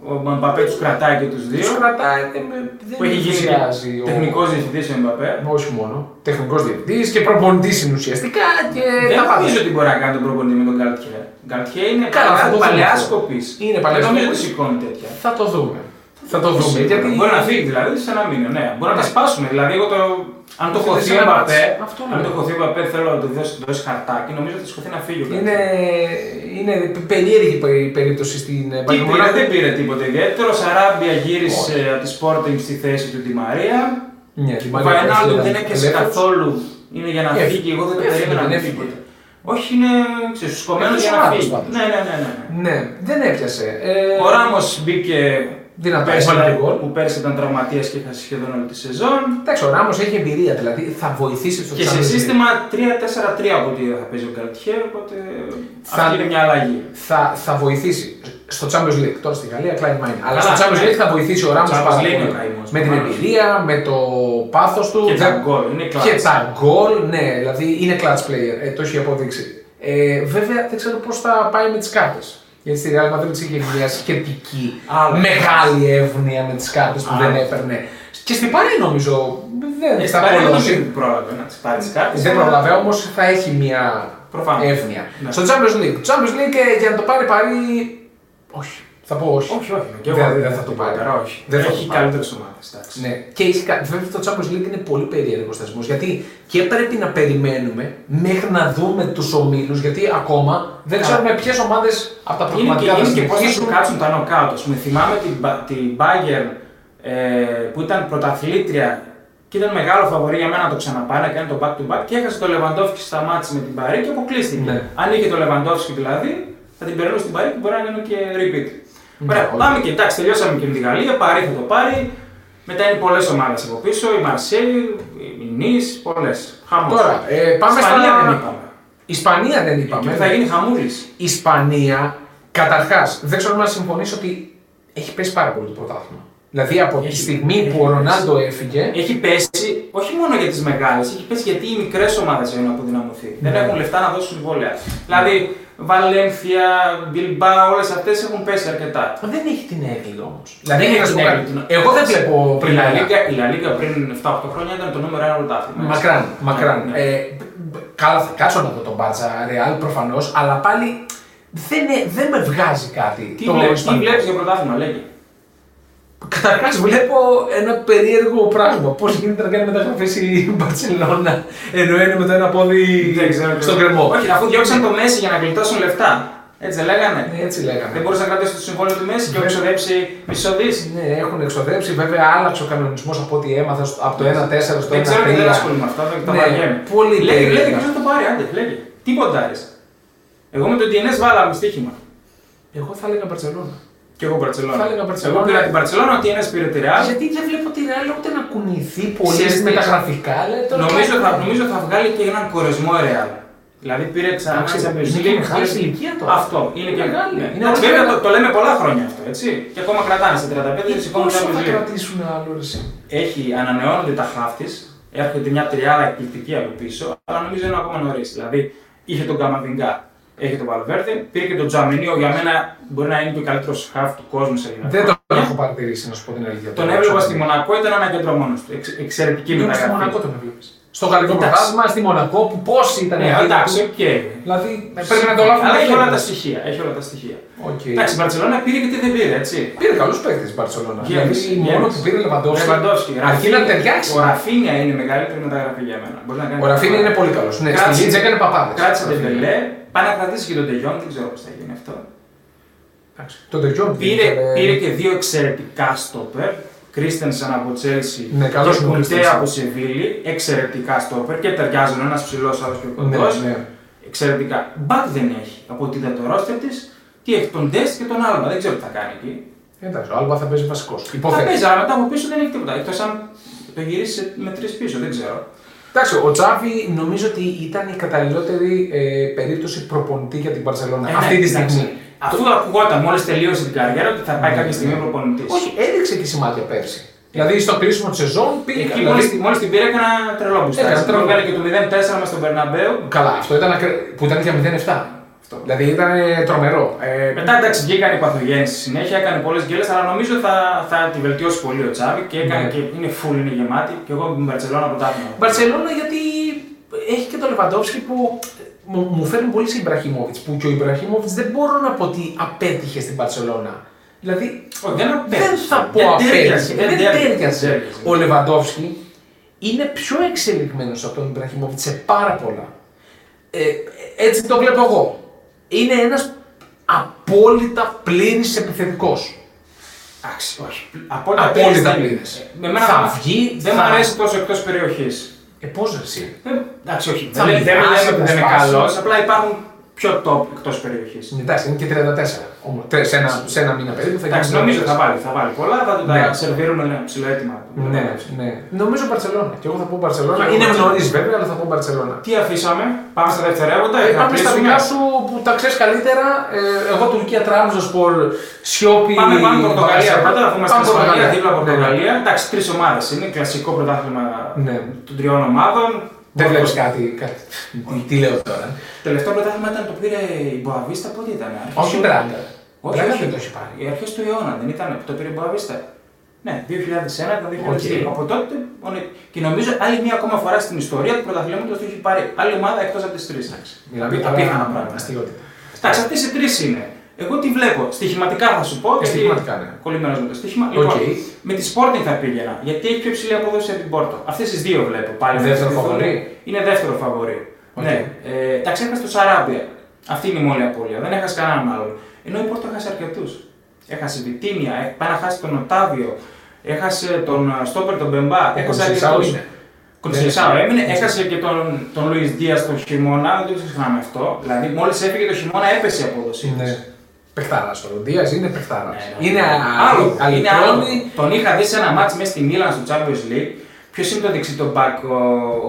S2: Ο Μπαπέ τους κρατάει και τους
S1: Του
S2: δύο.
S1: κρατάει, δεν με- δεν
S2: Που έχει γίνει
S1: πλησιάζει ο-
S2: τεχνικός διευθυντής ο Μπαπέ.
S1: Όχι μόνο. Τεχνικός διευθυντής και προπονητής είναι ουσιαστικά και
S2: Δεν
S1: Ε, τα πάντα.
S2: νομίζω ότι μπορεί να κάνει τον προπονητή με τον Γκαλτιέ. Γκαλτιέ είναι
S1: Καλά, θα το δούμε
S2: παλαιά
S1: αυτό.
S2: σκοπή.
S1: Είναι παλαιάς
S2: Δεν νομίζω ότι
S1: σκοπής.
S2: σηκώνει τέτοια.
S1: Θα το δούμε. Θα το δούμε. Γιατί
S2: Μπορεί να φύγει δηλαδή σε ένα μήνα. Ναι. Μπορεί να τα σπάσουμε. Δηλαδή, εγώ το. Αν το
S1: Αυτό
S2: χωθεί
S1: είναι
S2: ο
S1: ένα
S2: Μπαπέ,
S1: μάτς. Αυτό
S2: αν
S1: λέω.
S2: το χωθεί ο Μπαπέ, θέλω να του δώσει, δώσει χαρτάκι, νομίζω ότι θα σηκωθεί να φύγει. ο
S1: είναι,
S2: Γκαλτιέ.
S1: είναι περίεργη περί- περίπτωση στην ε,
S2: Τι δηλαδή, πήρε,
S1: Μονάχα-
S2: δεν πήρε τίποτα ιδιαίτερο. Ο Σαράμπια γύρισε από τη Sporting στη θέση του Τη Μαρία.
S1: Ναι, την
S2: Ο
S1: Μαρία
S2: Βαϊνάλντου
S1: Φροντίδα
S2: δεν
S1: ήταν
S2: έπιασε
S1: ελεύθερος.
S2: καθόλου. Είναι για να
S1: Έφυγε.
S2: φύγει, εγώ δεν το
S1: Έφυγε,
S2: περίμενα
S1: δεν
S2: να
S1: έφυγε.
S2: τίποτα. Όχι, είναι ξεσουσκωμένο
S1: Έφυγε
S2: για να
S1: ο
S2: φύγει.
S1: Ράμος πάντως.
S2: Ναι, ναι, ναι. ναι.
S1: Ναι, δεν έπιασε. Ε,
S2: Ο Ράμος μπήκε
S1: Δυνατά,
S2: πέρσι,
S1: έβαλε
S2: ήταν-
S1: γκολ.
S2: που πέρσι ήταν τραυματίας και είχα σχεδόν όλη τη σεζόν.
S1: Εντάξει, ο Ράμος έχει εμπειρία, δηλαδή θα βοηθήσει στο
S2: Και σε σύστημα 3-4-3 από ό,τι θα παίζει ο Γκαλτιέ, οπότε
S1: Θα-
S2: αυτή είναι μια αλλαγή.
S1: θα, θα βοηθήσει στο Champions League. Τώρα στη Γαλλία, Klein Mine. Αλλά
S2: Καλά,
S1: στο Champions
S2: ναι.
S1: League θα βοηθήσει ο Ράμος
S2: Champions
S1: πάρα
S2: League είναι
S1: πολύ.
S2: ο καημός,
S1: Με την
S2: προφανώς.
S1: εμπειρία, με το πάθος του.
S2: Και τα
S1: δεν-
S2: γκολ, είναι clutch.
S1: Και τα γκολ, ναι, δηλαδή είναι clutch player. ε, το έχει αποδείξει. Ε, βέβαια δεν ξέρω πώς θα πάει με τις κάρτες. Γιατί στη Real Madrid είχε μια σχετική
S2: Άλλο.
S1: μεγάλη εύνοια με τις κάρτες που
S2: Άλλο.
S1: δεν έπαιρνε. Και στην Παρή νομίζω δεν θα
S2: Πάρε,
S1: απολώσει.
S2: δεν πρόλαβε να τις πάρει τις κάρτες.
S1: Ε, Δεν
S2: αλλά-
S1: προλαβαίνω, όμως θα έχει μια
S2: Προφανώς.
S1: εύνοια.
S2: Ναι.
S1: Στο Champions League. Το Champions League ε, για να το πάρει πάρει. Όχι. Θα πω όχι.
S2: Όχι, όχι. και
S1: Δεν-
S2: εγώ
S1: δεν θα το πάρει.
S2: Καλά, όχι.
S1: Δεν θα
S2: Έχει
S1: το πάρει.
S2: καλύτερες ομάδες.
S1: Ναι. Και έχει, κα- βέβαια το Champions League είναι πολύ περίεργος θεσμός γιατί και πρέπει να περιμένουμε μέχρι να δούμε τους ομίλους γιατί ακόμα δεν
S2: Καλά.
S1: ξέρουμε ποιες ομάδες από τα
S2: Είναι και,
S1: πραγματικά θα
S2: είναι και πώς θα σου
S1: συνεχίσουν.
S2: κάτσουν τα νοκάουτ. Ας πούμε, θυμάμαι την, Μπα- την Bayern ε, που ήταν πρωταθλήτρια και ήταν μεγάλο φαβορή για μένα να το ξαναπάει να κάνει το back to back και έχασε το Λεβαντόφσκι στα μάτια με την Παρή και αποκλείστηκε.
S1: Ναι.
S2: Αν είχε το Λεβαντόφσκι δηλαδή, θα την περνούσε στην Παρή και μπορεί να γίνει και repeat.
S1: Ναι,
S2: Ωραία,
S1: όχι.
S2: πάμε και εντάξει, τελειώσαμε και με τη Γαλλία, Παρή θα το πάρει. Μετά είναι πολλές ομάδες από πίσω, η Μαρσέη, η Νη, πολλές. Χαμός.
S1: Τώρα, ε, πάμε
S2: Ισπανία
S1: στα-
S2: δεν είπαμε.
S1: Ισπανία δεν είπαμε. ναι.
S2: Και θα γίνει χαμούλης.
S1: Ισπανία, καταρχάς, δεν ξέρω να συμφωνήσω ότι έχει πέσει πάρα πολύ το πρωτάθλημα. Δηλαδή από τη
S2: Έχει-
S1: στιγμή
S2: έχει
S1: που ο
S2: πέσει.
S1: Ρονάλντο έφυγε,
S2: Έχει πέσει όχι μόνο για τις μεγάλες, έχει πέσει γιατί οι μικρές ομάδες έχουν αποδυναμωθεί.
S1: Ναι.
S2: Δεν έχουν λεφτά να δώσουν συμβόλαια. Δηλαδή, Βαλένθια, Μπιλμπά, όλες αυτές έχουν πέσει αρκετά.
S1: Δεν έχει την έγκλη όμως.
S2: Δεν
S1: Δηλαδή,
S2: έχει την
S1: να σου πω
S2: έμπλη.
S1: κάτι. εγώ δεν βλέπω
S2: Η
S1: πριν
S2: La
S1: άλλα.
S2: Liga- Η Λα Λίγκα πριν 7-8 χρόνια ήταν το νούμερο ένα πρωτάθλημα. έτσι.
S1: Μακράν, μακράν.
S2: Ναι.
S1: Ε, μπ- καλά, θα κάτσω να δω τον Μπάτσα Ρεάλ προφανώς, αλλά πάλι δεν, ε- δεν με βγάζει κάτι.
S2: Τι βλέπει
S1: Ισπανικό.
S2: για πρωτάθλημα, λέγε.
S1: Καταρχάς, βλέπω ένα περίεργο πράγμα. Πώς γίνεται να κάνει μεταγραφές η Μπαρσελόνα ενώ είναι με το ένα πόδι στον κρεμό.
S2: Όχι, αφού διώξαν το Μέση για να γλιτώσουν λεφτά. Έτσι δεν λέγανε.
S1: ε, Έτσι λέγαμε.
S2: Δεν μπορούσε να κρατήσει το συμβόλαιο του Μέση και
S1: Βέβαια.
S2: έχω ξοδέψει μισό δις.
S1: Ναι, έχουν εξοδέψει. Βέβαια, άλλαξε ο κανονισμός από ό,τι έμαθα στο- από το 1-4 στο 1-3.
S2: Δεν ξέρω και δεν ασχολούμαι με αυτά, δεν τα
S1: Ναι,
S2: βαριέμαι.
S1: πολύ
S2: Λέγε,
S1: περίεργα.
S2: λέγε, ποιος θα το πάρει, άντε, λέγε. Τι ποντάρεις. Εγώ με το DNS βάλαμε στοίχημα.
S1: Εγώ θα έλεγα Μπαρσελόνα.
S2: Και εγώ Μπαρσελόνα.
S1: Θα έλεγα Μπαρτσελόνα.
S2: Εγώ πήρα την Μπαρσελόνα, ο DNS πήρε τη
S1: Α,
S2: Ρεάλ.
S1: Γιατί δεν βλέπω τη Ρεάλ ούτε να κουνηθεί πολύ
S2: Ξέρεις τι,
S1: με τα γραφικά. λέει, τώρα
S2: Νομίζω
S1: κάτι-
S2: θα, νομίζω θα βγάλει και έναν κορεσμό η Ρεάλ. Δηλαδή πήρε ξανά
S1: Εντάξει,
S2: Champions
S1: είναι και
S2: League,
S1: μεγάλη
S2: πήρε-
S1: ηλικία τώρα.
S2: Αυτό. Είναι και
S1: Μεγάλη.
S2: ναι.
S1: Είναι
S2: Βέβαια
S1: ένα-
S2: το, το λέμε πολλά χρόνια αυτό, έτσι. Και ακόμα κρατάνε στα 35 και
S1: Ε,
S2: σηκώνουν
S1: Πόσο θα
S2: Champions League.
S1: κρατήσουν άλλο εσύ.
S2: έχει, ανανεώνονται τα χαφ της, έρχονται μια τριάδα εκπληκτική από πίσω, αλλά νομίζω είναι ακόμα νωρίς. Δηλαδή, είχε τον Καμαδινγκά, έχει τον Βαλβέρδε, πήρε και τον Τζαμενίο, για μένα μπορεί να είναι και ο καλύτερος χαφ του κόσμου σε ελληνικά.
S1: Δεν τον
S2: χρόνια.
S1: έχω παρατηρήσει, να σου πω την αλήθεια.
S2: Ε? Τον έβλεπα στη Μονακό, ήταν ένα κέντρο μόνο του. Εξ, εξαιρετική
S1: Μονακό. Στη
S2: μεταγραφή.
S1: Μονακό τον έβλεπες. Στο γαλλικό
S2: Εντάξει.
S1: πρωτάθλημα, στη Μονακό που πόσοι ήταν.
S2: Ναι,
S1: αυτοί
S2: εντάξει,
S1: που-
S2: οκ.
S1: Δηλαδή πρέπει να το λάβουμε.
S2: Αλλά έχει
S1: υπόψη.
S2: όλα τα στοιχεία. Έχει όλα τα στοιχεία.
S1: Οκ.
S2: Εντάξει, η Μπαρσελόνα πήρε και τι δεν πήρε, έτσι.
S1: Πήρε καλούς παίκτες η Μπαρσελόνα.
S2: Γέμισε,
S1: Δηλαδή μόνο
S2: γέμισε.
S1: που πήρε Λεβαντόφσκι.
S2: Λεβαντόφσκι,
S1: Αρκεί να
S2: Ραφίνια.
S1: ταιριάξει.
S2: Ο Ραφίνια είναι η μεγαλύτερη μεταγραφή για μένα. Μπορεί να κάνει
S1: Ο Ραφίνια είναι πολύ καλός. Ναι, στη Λίτζα έκανε παπάδες.
S2: Κράτησε τον Τελέ, πάει να κρατήσει και τον Τελειόν, δεν ξέρω πώς θα γίνει αυτό.
S1: Τον Τελειόν.
S2: Πήρε, πήρε και δύο εξαιρετικά στόπερ. Κρίστενσαν από Τσέλσι
S1: Ναι, καλός
S2: και
S1: είναι ο
S2: Κουντέ
S1: Κρίστενσεν.
S2: από Σεβίλη. Εξαιρετικά στόπερ και ταιριάζουν ένας ψηλός, άλλος πιο
S1: Ναι,
S2: κοντός.
S1: ναι.
S2: Εξαιρετικά. Μπακ δεν έχει. Από ό,τι είδα το ρόστερ της, τι έχει τον Ντέστ και τον Άλμπα. Δεν ξέρω τι θα κάνει εκεί.
S1: Εντάξει, ο Άλμπα θα παίζει βασικός.
S2: Θα
S1: Υποθέτω.
S2: παίζει, αλλά μετά από πίσω δεν έχει τίποτα. Εκτός αν το γυρίσει με τρεις πίσω, δεν ξέρω.
S1: Εντάξει, ο Τσάβη νομίζω ότι ήταν η καταλληλότερη ε, περίπτωση προπονητή για την Παρσελόνα
S2: Ε,
S1: αυτή
S2: ναι,
S1: τη
S2: εντάξει.
S1: στιγμή.
S2: Αυτό ακουγόταν μόλις τελείωσε την καριέρα ότι θα πάει κάποια στιγμή προπονητής.
S1: Όχι, έδειξε και σημάδια πέρσι. Δηλαδή στο κλείσιμο της σεζόν πήγε
S2: Εκεί
S1: καλά.
S2: μόλις, την- μόλις την πήρε έκανα τρελό μπουστάκι.
S1: Έκανε τρελό.
S2: Έκανε και το 0-4 μες στον Περναμπέου.
S1: Καλά, αυτό ήταν ακρα- που ήταν για 0-7.
S2: Αυτό.
S1: Δηλαδή ήταν ε, τρομερό. Ε,
S2: Μετά εντάξει, βγήκαν οι παθογένειες στη συνέχεια, έκανε πολλές γκέλες, αλλά νομίζω θα, θα τη βελτιώσει πολύ ο Τσάβη και, έκανε
S1: Ναι.
S2: και είναι full, είναι γεμάτη. Και εγώ με Μπαρσελόνα πρωτάθλημα.
S1: Μπαρσελόνα γιατί έχει και τον Λεβαντόφσκι που ε, μου μου φέρνει πολύ σε Ιμπραχημόβιτ. Που και ο Ιμπραχημόβιτ δεν μπορώ να πω ότι απέτυχε στην Μπαρσελόνα. Δηλαδή
S2: Όχι, δεν απέτυχε.
S1: δεν θα πω
S2: Δεν
S1: απέτυχε.
S2: τέριαζε,
S1: Δεν
S2: τέριαζε.
S1: τέριαζε.
S2: τέριαζε.
S1: Ο Λεβαντόφσκι είναι πιο εξελιγμένος από τον Ιμπραχημόβιτ σε πάρα πολλά. Ε, έτσι το βλέπω εγώ. Είναι ένας απόλυτα πλήρης επιθετικός.
S2: Εντάξει, όχι. Απόλυτα,
S1: Απόλυτα
S2: δεν-
S1: πλήρες.
S2: Ε, με μένα
S1: Θα
S2: θα
S1: βγει,
S2: Δεν
S1: θα-
S2: μου αρέσει τόσο εκτός περιοχής.
S1: Ε, πώς ρε, εσύ.
S2: Εντάξει, όχι.
S1: Θα
S2: Δεν λέμε δεν
S1: διβάσει,
S2: λέμε ότι
S1: θα
S2: δεν είναι
S1: σπάσει.
S2: καλός, απλά υπάρχουν πιο top εκτός περιοχής.
S1: Εντάξει, είναι και 34. Όμως, τε- σε, ένα, σε ένα μήνα περίπου θα
S2: Εντάξει,
S1: γίνει
S2: νομίζω
S1: 34.
S2: θα βάλει, θα βάλει πολλά, θα του
S1: Ναι.
S2: τα σερβίρουμε ένα ψηλό αίτημα.
S1: Ναι, ναι. Νομίζω Μπαρσελόνα. Και εγώ θα πω Μπαρσελόνα.
S2: Και
S1: Είναι
S2: εγώ.
S1: νωρί βέβαια, αλλά θα πω Μπαρσελόνα.
S2: Τι αφήσαμε, πάμε στα δευτερεύοντα.
S1: Ε,
S2: θα
S1: Πάμε στα
S2: κλείσουμε.
S1: δικά σου που τα ξέρεις καλύτερα. Ε, εγώ Τουρκία, Τράμζοσπορ, Σιώπη.
S2: Πάμε πάμε Πορτογαλία
S1: Μπαρσελόνα.
S2: πρώτα, αφού είμαστε
S1: Πάμε
S2: στην Ισπανία,
S1: Πορτογαλία.
S2: δίπλα
S1: Ναι, ναι.
S2: Πορτογαλία. Εντάξει, τρεις ομάδες είναι, κλασικό πρωτάθλημα
S1: Ναι.
S2: των τριών ομάδων.
S1: Δεν βλέπει κάτι. κάτι. Τι- Τι λέω τώρα.
S2: Τελευταίο πρωτάθλημα ήταν το πήρε η Μποαβίστα, πότε ήταν. αρχές
S1: Όχι
S2: του-
S1: Μπράγκα.
S2: Όχι,
S1: Μπράγκα
S2: όχι.
S1: δεν το έχει πάρει.
S2: Οι αρχές του αιώνα δεν ήταν που το πήρε η Μποαβίστα. Ναι, 2001 ήταν 2002.
S1: Οκ.
S2: Από τότε. ο Νε- Και νομίζω άλλη μια ακόμα φορά στην ιστορία του πρωταθλήματος το έχει πάρει άλλη ομάδα εκτός από τις τρεις.
S1: Μιλάμε για
S2: απίθανα πράγματα.
S1: Αστείωτη.
S2: Εντάξει, αυτές οι τρεις είναι. Εγώ τι βλέπω. Στοιχηματικά θα σου πω. γιατί
S1: στοιχηματικά, ναι.
S2: Κολλημένος με το στοίχημα.
S1: Οκ.
S2: Λοιπόν, με τη Sporting θα πήγαινα. Γιατί έχει πιο υψηλή απόδοση από την Πόρτο. Αυτές τις δύο βλέπω. Πάλι να
S1: Δεύτερο
S2: συζητηθούν.
S1: φαβορί.
S2: Είναι δεύτερο φαβορή.
S1: Οκ.
S2: Ναι. Ε, τα ξέχασα στο Σαράμπια. Αυτή είναι η μόνη απώλεια. Δεν έχασε κανέναν άλλον. Ενώ η Πόρτο έχασε αρκετούς. Έχασε τη Τίνια, ε, πάει να χάσει τον Οτάβιο. Έχασε τον ε, Στόπερ τον Μπεμπά.
S1: Ο
S2: Έχασε
S1: Κονσεϊσάου
S2: αρκετούς.
S1: είναι.
S2: Κονσεϊσάου
S1: Δεν
S2: έμεινε,
S1: είναι.
S2: έχασε και τον, τον Λουίς Δίας τον χειμώνα, δεν το ξεχνάμε αυτό. Δηλαδή, μόλις έφυγε το χειμώνα, έπεσε η απόδοση. της.
S1: Είναι παιχτάρα. Ο Ντία είναι παιχτάρα.
S2: Ναι, ναι.
S1: Είναι
S2: άλλο. Είναι άλλο.
S1: αλυτρώνη.
S2: Τον είχα δει σε ένα μάτς μέσα στη Μίλαν στο Champions League. Ποιος είναι το δεξί μπακ, ο,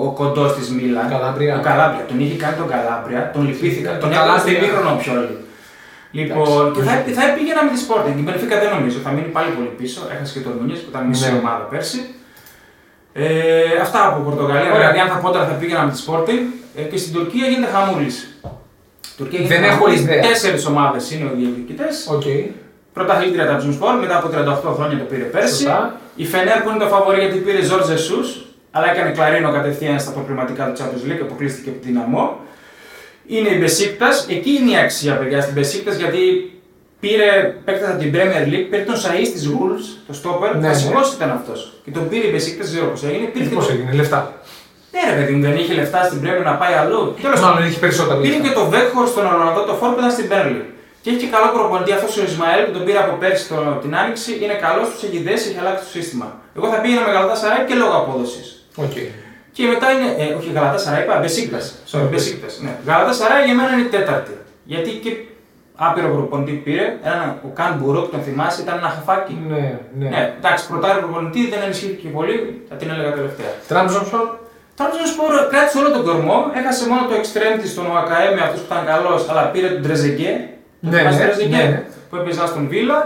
S2: ο κοντός της Μίλαν.
S1: Ο Καλάμπρια. Ναι,
S2: Ο Καλάμπρια. Τον είχε κάνει τον Καλάμπρια, τον λυπήθηκα. Τον έβαλα στο
S1: Καλάμπρια.
S2: ημίχρονο πιόλι. Λοιπόν, και θα, θα πήγαινα με τη Sporting. Την Benfica δεν νομίζω. Θα μείνει πάλι πολύ πίσω. Έχασε και τον Μουνιέ που ήταν μισή
S1: Ναι.
S2: ομάδα πέρσι. Ε, αυτά από Πορτογαλία.
S1: Ωραία.
S2: Δηλαδή, αν θα πω τώρα θα πήγαινα με τη Sporting. Ε, και στην Τουρκία γίνεται χαμούλης. Τουρκία
S1: Δεν έχω ιδέα.
S2: Τέσσερις ομάδες είναι οι διεκδικητές.
S1: Οκ.
S2: Πρωταθλήτρια τα Τζουνσπορ μετά από 38 χρόνια το πήρε πέρσι.
S1: Σωστά.
S2: Η Φενέρ που είναι το φαβορή γιατί πήρε Ζόρτζε Σου, αλλά έκανε κλαρίνο κατευθείαν στα προκριματικά του Champions League, αποκλείστηκε από την Δυναμό. Είναι η Μπεσίκτα, εκεί είναι η αξία παιδιά στην Μπεσίκτα γιατί πήρε παίκτες από την Premier League, πήρε τον Σαΐς της Wolves, το Stopper,
S1: Ναι,
S2: ναι,
S1: ναι.
S2: ήταν αυτός. Και τον πήρε η Μπεσίκτα, δεν ξέρω πώς έγινε. Πήρε και
S1: Πώ
S2: τον-
S1: έγινε, λεφτά.
S2: Ναι, ρε παιδί μου, δεν είχε λεφτά στην Premier να πάει αλλού. Τέλος
S1: Μάλλον έχει περισσότερα
S2: Πήρε
S1: λεφτά.
S2: και το Βέκχορ στον Ολλανδό, το Φόρ που ήταν στην Μπέρλι. Και έχει και καλό προπονητή αυτός ο Ισμαέλ που τον πήρε από πέρσι το- την Άνοιξη. Είναι καλός, τους έχει δέσει, έχει αλλάξει το σύστημα. Εγώ θα πήγαινα με Γαλατά Σαράι και λόγω απόδοσης.
S1: Οκ.
S2: Και μετά είναι. Ε, όχι, Γαλατά Σαράι, είπα Μπεσίκτα. Sorry, Μπεσίκτα. Ναι. Γαλατά Σαράι για μένα είναι η τέταρτη. Γιατί και άπειρο προπονητή πήρε. Ένα, ο Καν Μπουρόκ, τον θυμάσαι, ήταν ένα χαφάκι.
S1: Ναι, ναι.
S2: Ναι, εντάξει, πρωτάρι προπονητή δεν ενισχύθηκε πολύ, θα την έλεγα τελευταία.
S1: Τραμζόψον,
S2: Τάρτζον Σπορ κράτησε όλο τον κορμό, έχασε μόνο το extreme της στον ΟΑΚΑΕ με αυτός που ήταν καλός, αλλά πήρε τον Τρεζεγκέ, τον
S1: Ναι,
S2: θυμάσαι
S1: ναι,
S2: Τρεζεγκέ,
S1: ναι, ναι.
S2: που έπαιζε στον Βίλα.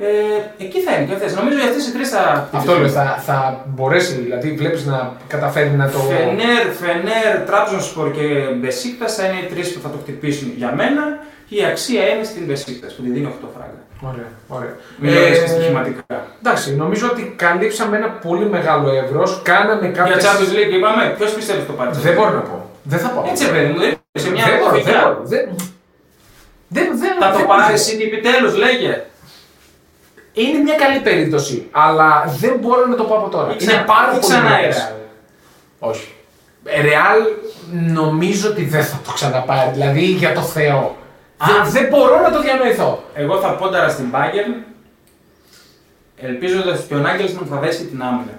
S2: Ε, εκεί θα είναι και αυτές. Νομίζω ότι αυτές οι τρεις θα...
S1: αυτό λέω, θα, θα μπορέσει, δηλαδή βλέπεις να καταφέρει να το...
S2: Φενέρ, Φενέρ, Τράπζον Σπορ και Μπεσίκτας θα είναι οι τρεις που θα το χτυπήσουν για μένα και η αξία είναι στην Μπεσίκτας που τη δίνει 8 φράγκα.
S1: Ωραία, ωραία.
S2: Μιλώντας
S1: Ε,
S2: και στοιχηματικά.
S1: Εντάξει, νομίζω ότι καλύψαμε ένα πολύ μεγάλο ευρώ, κάναμε
S2: Για
S1: κάποιες...
S2: Champions League είπαμε, ποιος πιστεύει στο Paris
S1: Δεν μπορώ να πω. Δεν θα πω.
S2: Έτσι ρε παιδί μου, δεν- σε μια
S1: δεν μπορώ, δεν
S2: κοφικιά.
S1: μπορώ. Δεν, δεν, δεν,
S2: Θα το
S1: δεν-
S2: πάρεις City επιτέλους, λέγε.
S1: Είναι μια καλή περίπτωση, αλλά δεν μπορώ να το πω από τώρα.
S2: Ξανά-
S1: Είναι πάρα πολύ
S2: ξανά
S1: νωρίς.
S2: η Real.
S1: Όχι. Ε, Ρεάλ νομίζω ότι δεν θα το ξαναπάρει, δηλαδή για το Θεό.
S2: Α.
S1: Δεν, δεν μπορώ να το διανοηθώ.
S2: Εγώ θα πόνταρα στην Bayern, ελπίζοντας ότι ο Νάγκελσμαν θα δέσει την άμυνα.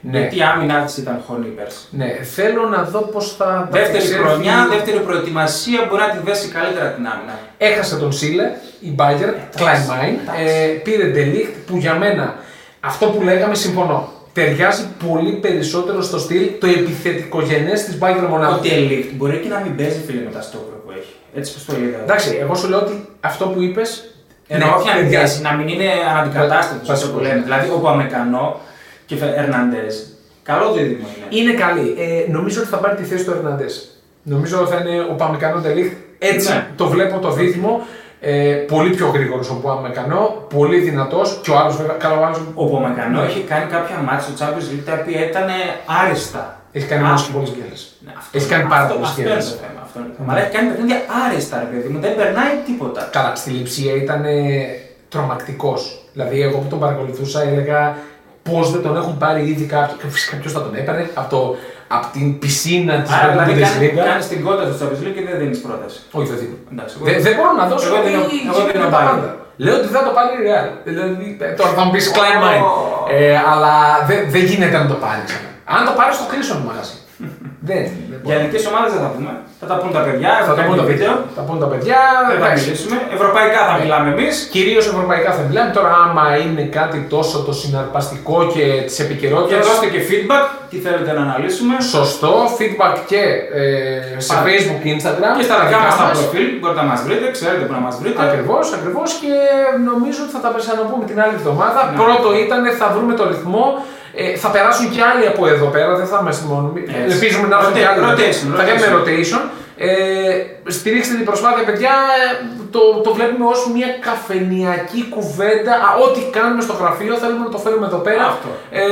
S2: Γιατί η άμυνα της ήταν χωνή πέρσι.
S1: Ναι, θέλω να δω πώς θα. τα
S2: Δεύτερη
S1: εξέλθει.
S2: χρονιά, δεύτερη προετοιμασία μπορεί να τη δέσει καλύτερα την άμυνα.
S1: Έχασε τον Σίλε, η Bayern, Kleinmein,
S2: εντάξει.
S1: ε, πήρε Ντελίχτ που για μένα αυτό που λέγαμε συμφωνώ. Ταιριάζει πολύ περισσότερο στο στυλ το επιθετικογενές της Bayern Μονάχου.
S2: Ότι ελίχτ μπορεί και να μην παίζει φίλε με τα στόκρα που έχει. Έτσι πως το είδα.
S1: Εντάξει, εγώ σου λέω ότι αυτό που είπες.
S2: Ενώ όχι να μην πιάσει, να μην είναι αναντικατάστατος
S1: Βασικό.
S2: όπω λέμε. Δηλαδή ο Παμεκανό και Ερναντές. Καλό δίδυμο είναι.
S1: Είναι καλή. Ε, νομίζω ότι θα πάρει τη θέση του Ερναντές. Νομίζω θα είναι ο Παμικανό Ντελίχτ Έτσι
S2: Ναι.
S1: το βλέπω το δίδυμο. Ε, πολύ πιο γρήγορος ο Πουαμεκανό, πολύ δυνατός και ο άλλος βέβαια. Καλά, ο άλλος
S2: Ο Πομακανό
S1: Ναι.
S2: έχει κάνει κάποια μάτια στο Champions League τα οποία ήταν άριστα.
S1: έχει κάνει
S2: Α,
S1: μόνο και πολλέ γκέλε.
S2: ναι, αυτό
S1: Έχει
S2: είναι-
S1: κάνει πάρα
S2: αυτό-
S1: πολλέ
S2: Αυτό είναι
S1: γκέλε.
S2: το θέμα. αυτό είναι το θέμα. Αλλά έχει κάνει παιχνίδια άριστα, ρε παιδί μου. Δεν περνάει τίποτα.
S1: Καλά, στη λειψία ήταν τρομακτικός. Δηλαδή, εγώ που τον παρακολουθούσα έλεγα πώς δεν τον έχουν πάρει ήδη κάποιοι. Και Φυσικά ποιος θα τον έπαιρνε από, το, από την πισίνα της
S2: Άρα δηλαδή κάνει,
S1: Bundesliga.
S2: κάνεις την κότα στο Champions League και δεν δίνεις πρόταση.
S1: Όχι, δεν δίνω.
S2: Εντάξει, εγώ-
S1: Δεν δεν μπορώ να δώσω
S2: εγώ
S1: γιατί
S2: δίνω- εγώ
S1: γίνεται
S2: δίνω
S1: τα
S2: Bayern.
S1: πάντα. Λέω ότι θα το πάρει η Real. Δηλαδή, ε, Τώρα θα μου πεις Klein Mine.
S2: Ω.
S1: Ε, αλλά δεν δεν γίνεται να το πάρεις. Αν το πάρεις, το κλείσω το
S2: *laughs*
S1: μαγαζί. Δεν. δεν μπορώ.
S2: Για ελληνικέ ομάδες δεν θα πούμε. Θα τα πούν τα παιδιά,
S1: Θα τα πούν
S2: έχουν
S1: τα
S2: κάνει
S1: παιδιά. Θα πούν τα παιδιά.
S2: Δεν θα
S1: εντάξει. Ναι.
S2: μιλήσουμε. Ευρωπαϊκά θα μιλάμε εμείς.
S1: Κυρίως ευρωπαϊκά θα μιλάμε. Τώρα, άμα είναι κάτι τόσο το συναρπαστικό και της
S2: Και
S1: επικαιρότητα.
S2: δώστε και feedback, τι θέλετε να αναλύσουμε.
S1: Σωστό, feedback και ε, σε
S2: Πάμε.
S1: facebook και instagram.
S2: Και στα δικά μας τα προφίλ μπορείτε να μας βρείτε, ξέρετε που να μας βρείτε.
S1: Ακριβώς, ακριβώς και νομίζω ότι θα τα ξαναπούμε την άλλη εβδομάδα.
S2: Ναι.
S1: Πρώτο ήταν, θα βρούμε το ρυθμό. Ε, θα περάσουν και άλλοι από εδώ πέρα, δεν θα είμαστε μόνοι.
S2: Έτσι.
S1: Ελπίζουμε να έρθουν
S2: Rotation,
S1: και άλλοι. δηλαδή.
S2: rotation,
S1: θα κάνουμε rotation.
S2: rotation.
S1: Ε, στηρίξτε την προσπάθεια, παιδιά. Ε, Το, το βλέπουμε ως μια καφενιακή κουβέντα. Α, ό,τι κάνουμε στο γραφείο θέλουμε να το φέρουμε εδώ πέρα.
S2: Αυτό.
S1: Ε,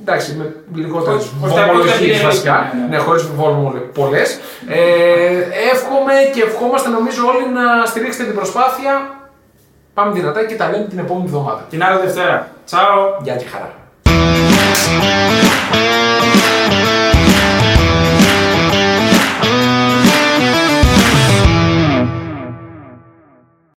S1: εντάξει, με λιγότερε
S2: Χωρίς- χωρίς τα
S1: βολμολογίε
S2: αποδεκτήρια,
S1: βασικά.
S2: ναι, ναι.
S1: Ναι, χωρί πολλές. Ε, εύχομαι και ευχόμαστε νομίζω όλοι να στηρίξετε την προσπάθεια. Πάμε δυνατά και τα λέμε την επόμενη εβδομάδα.
S2: Την άλλη Δευτέρα. Τσάου.
S1: Γεια και χαρά.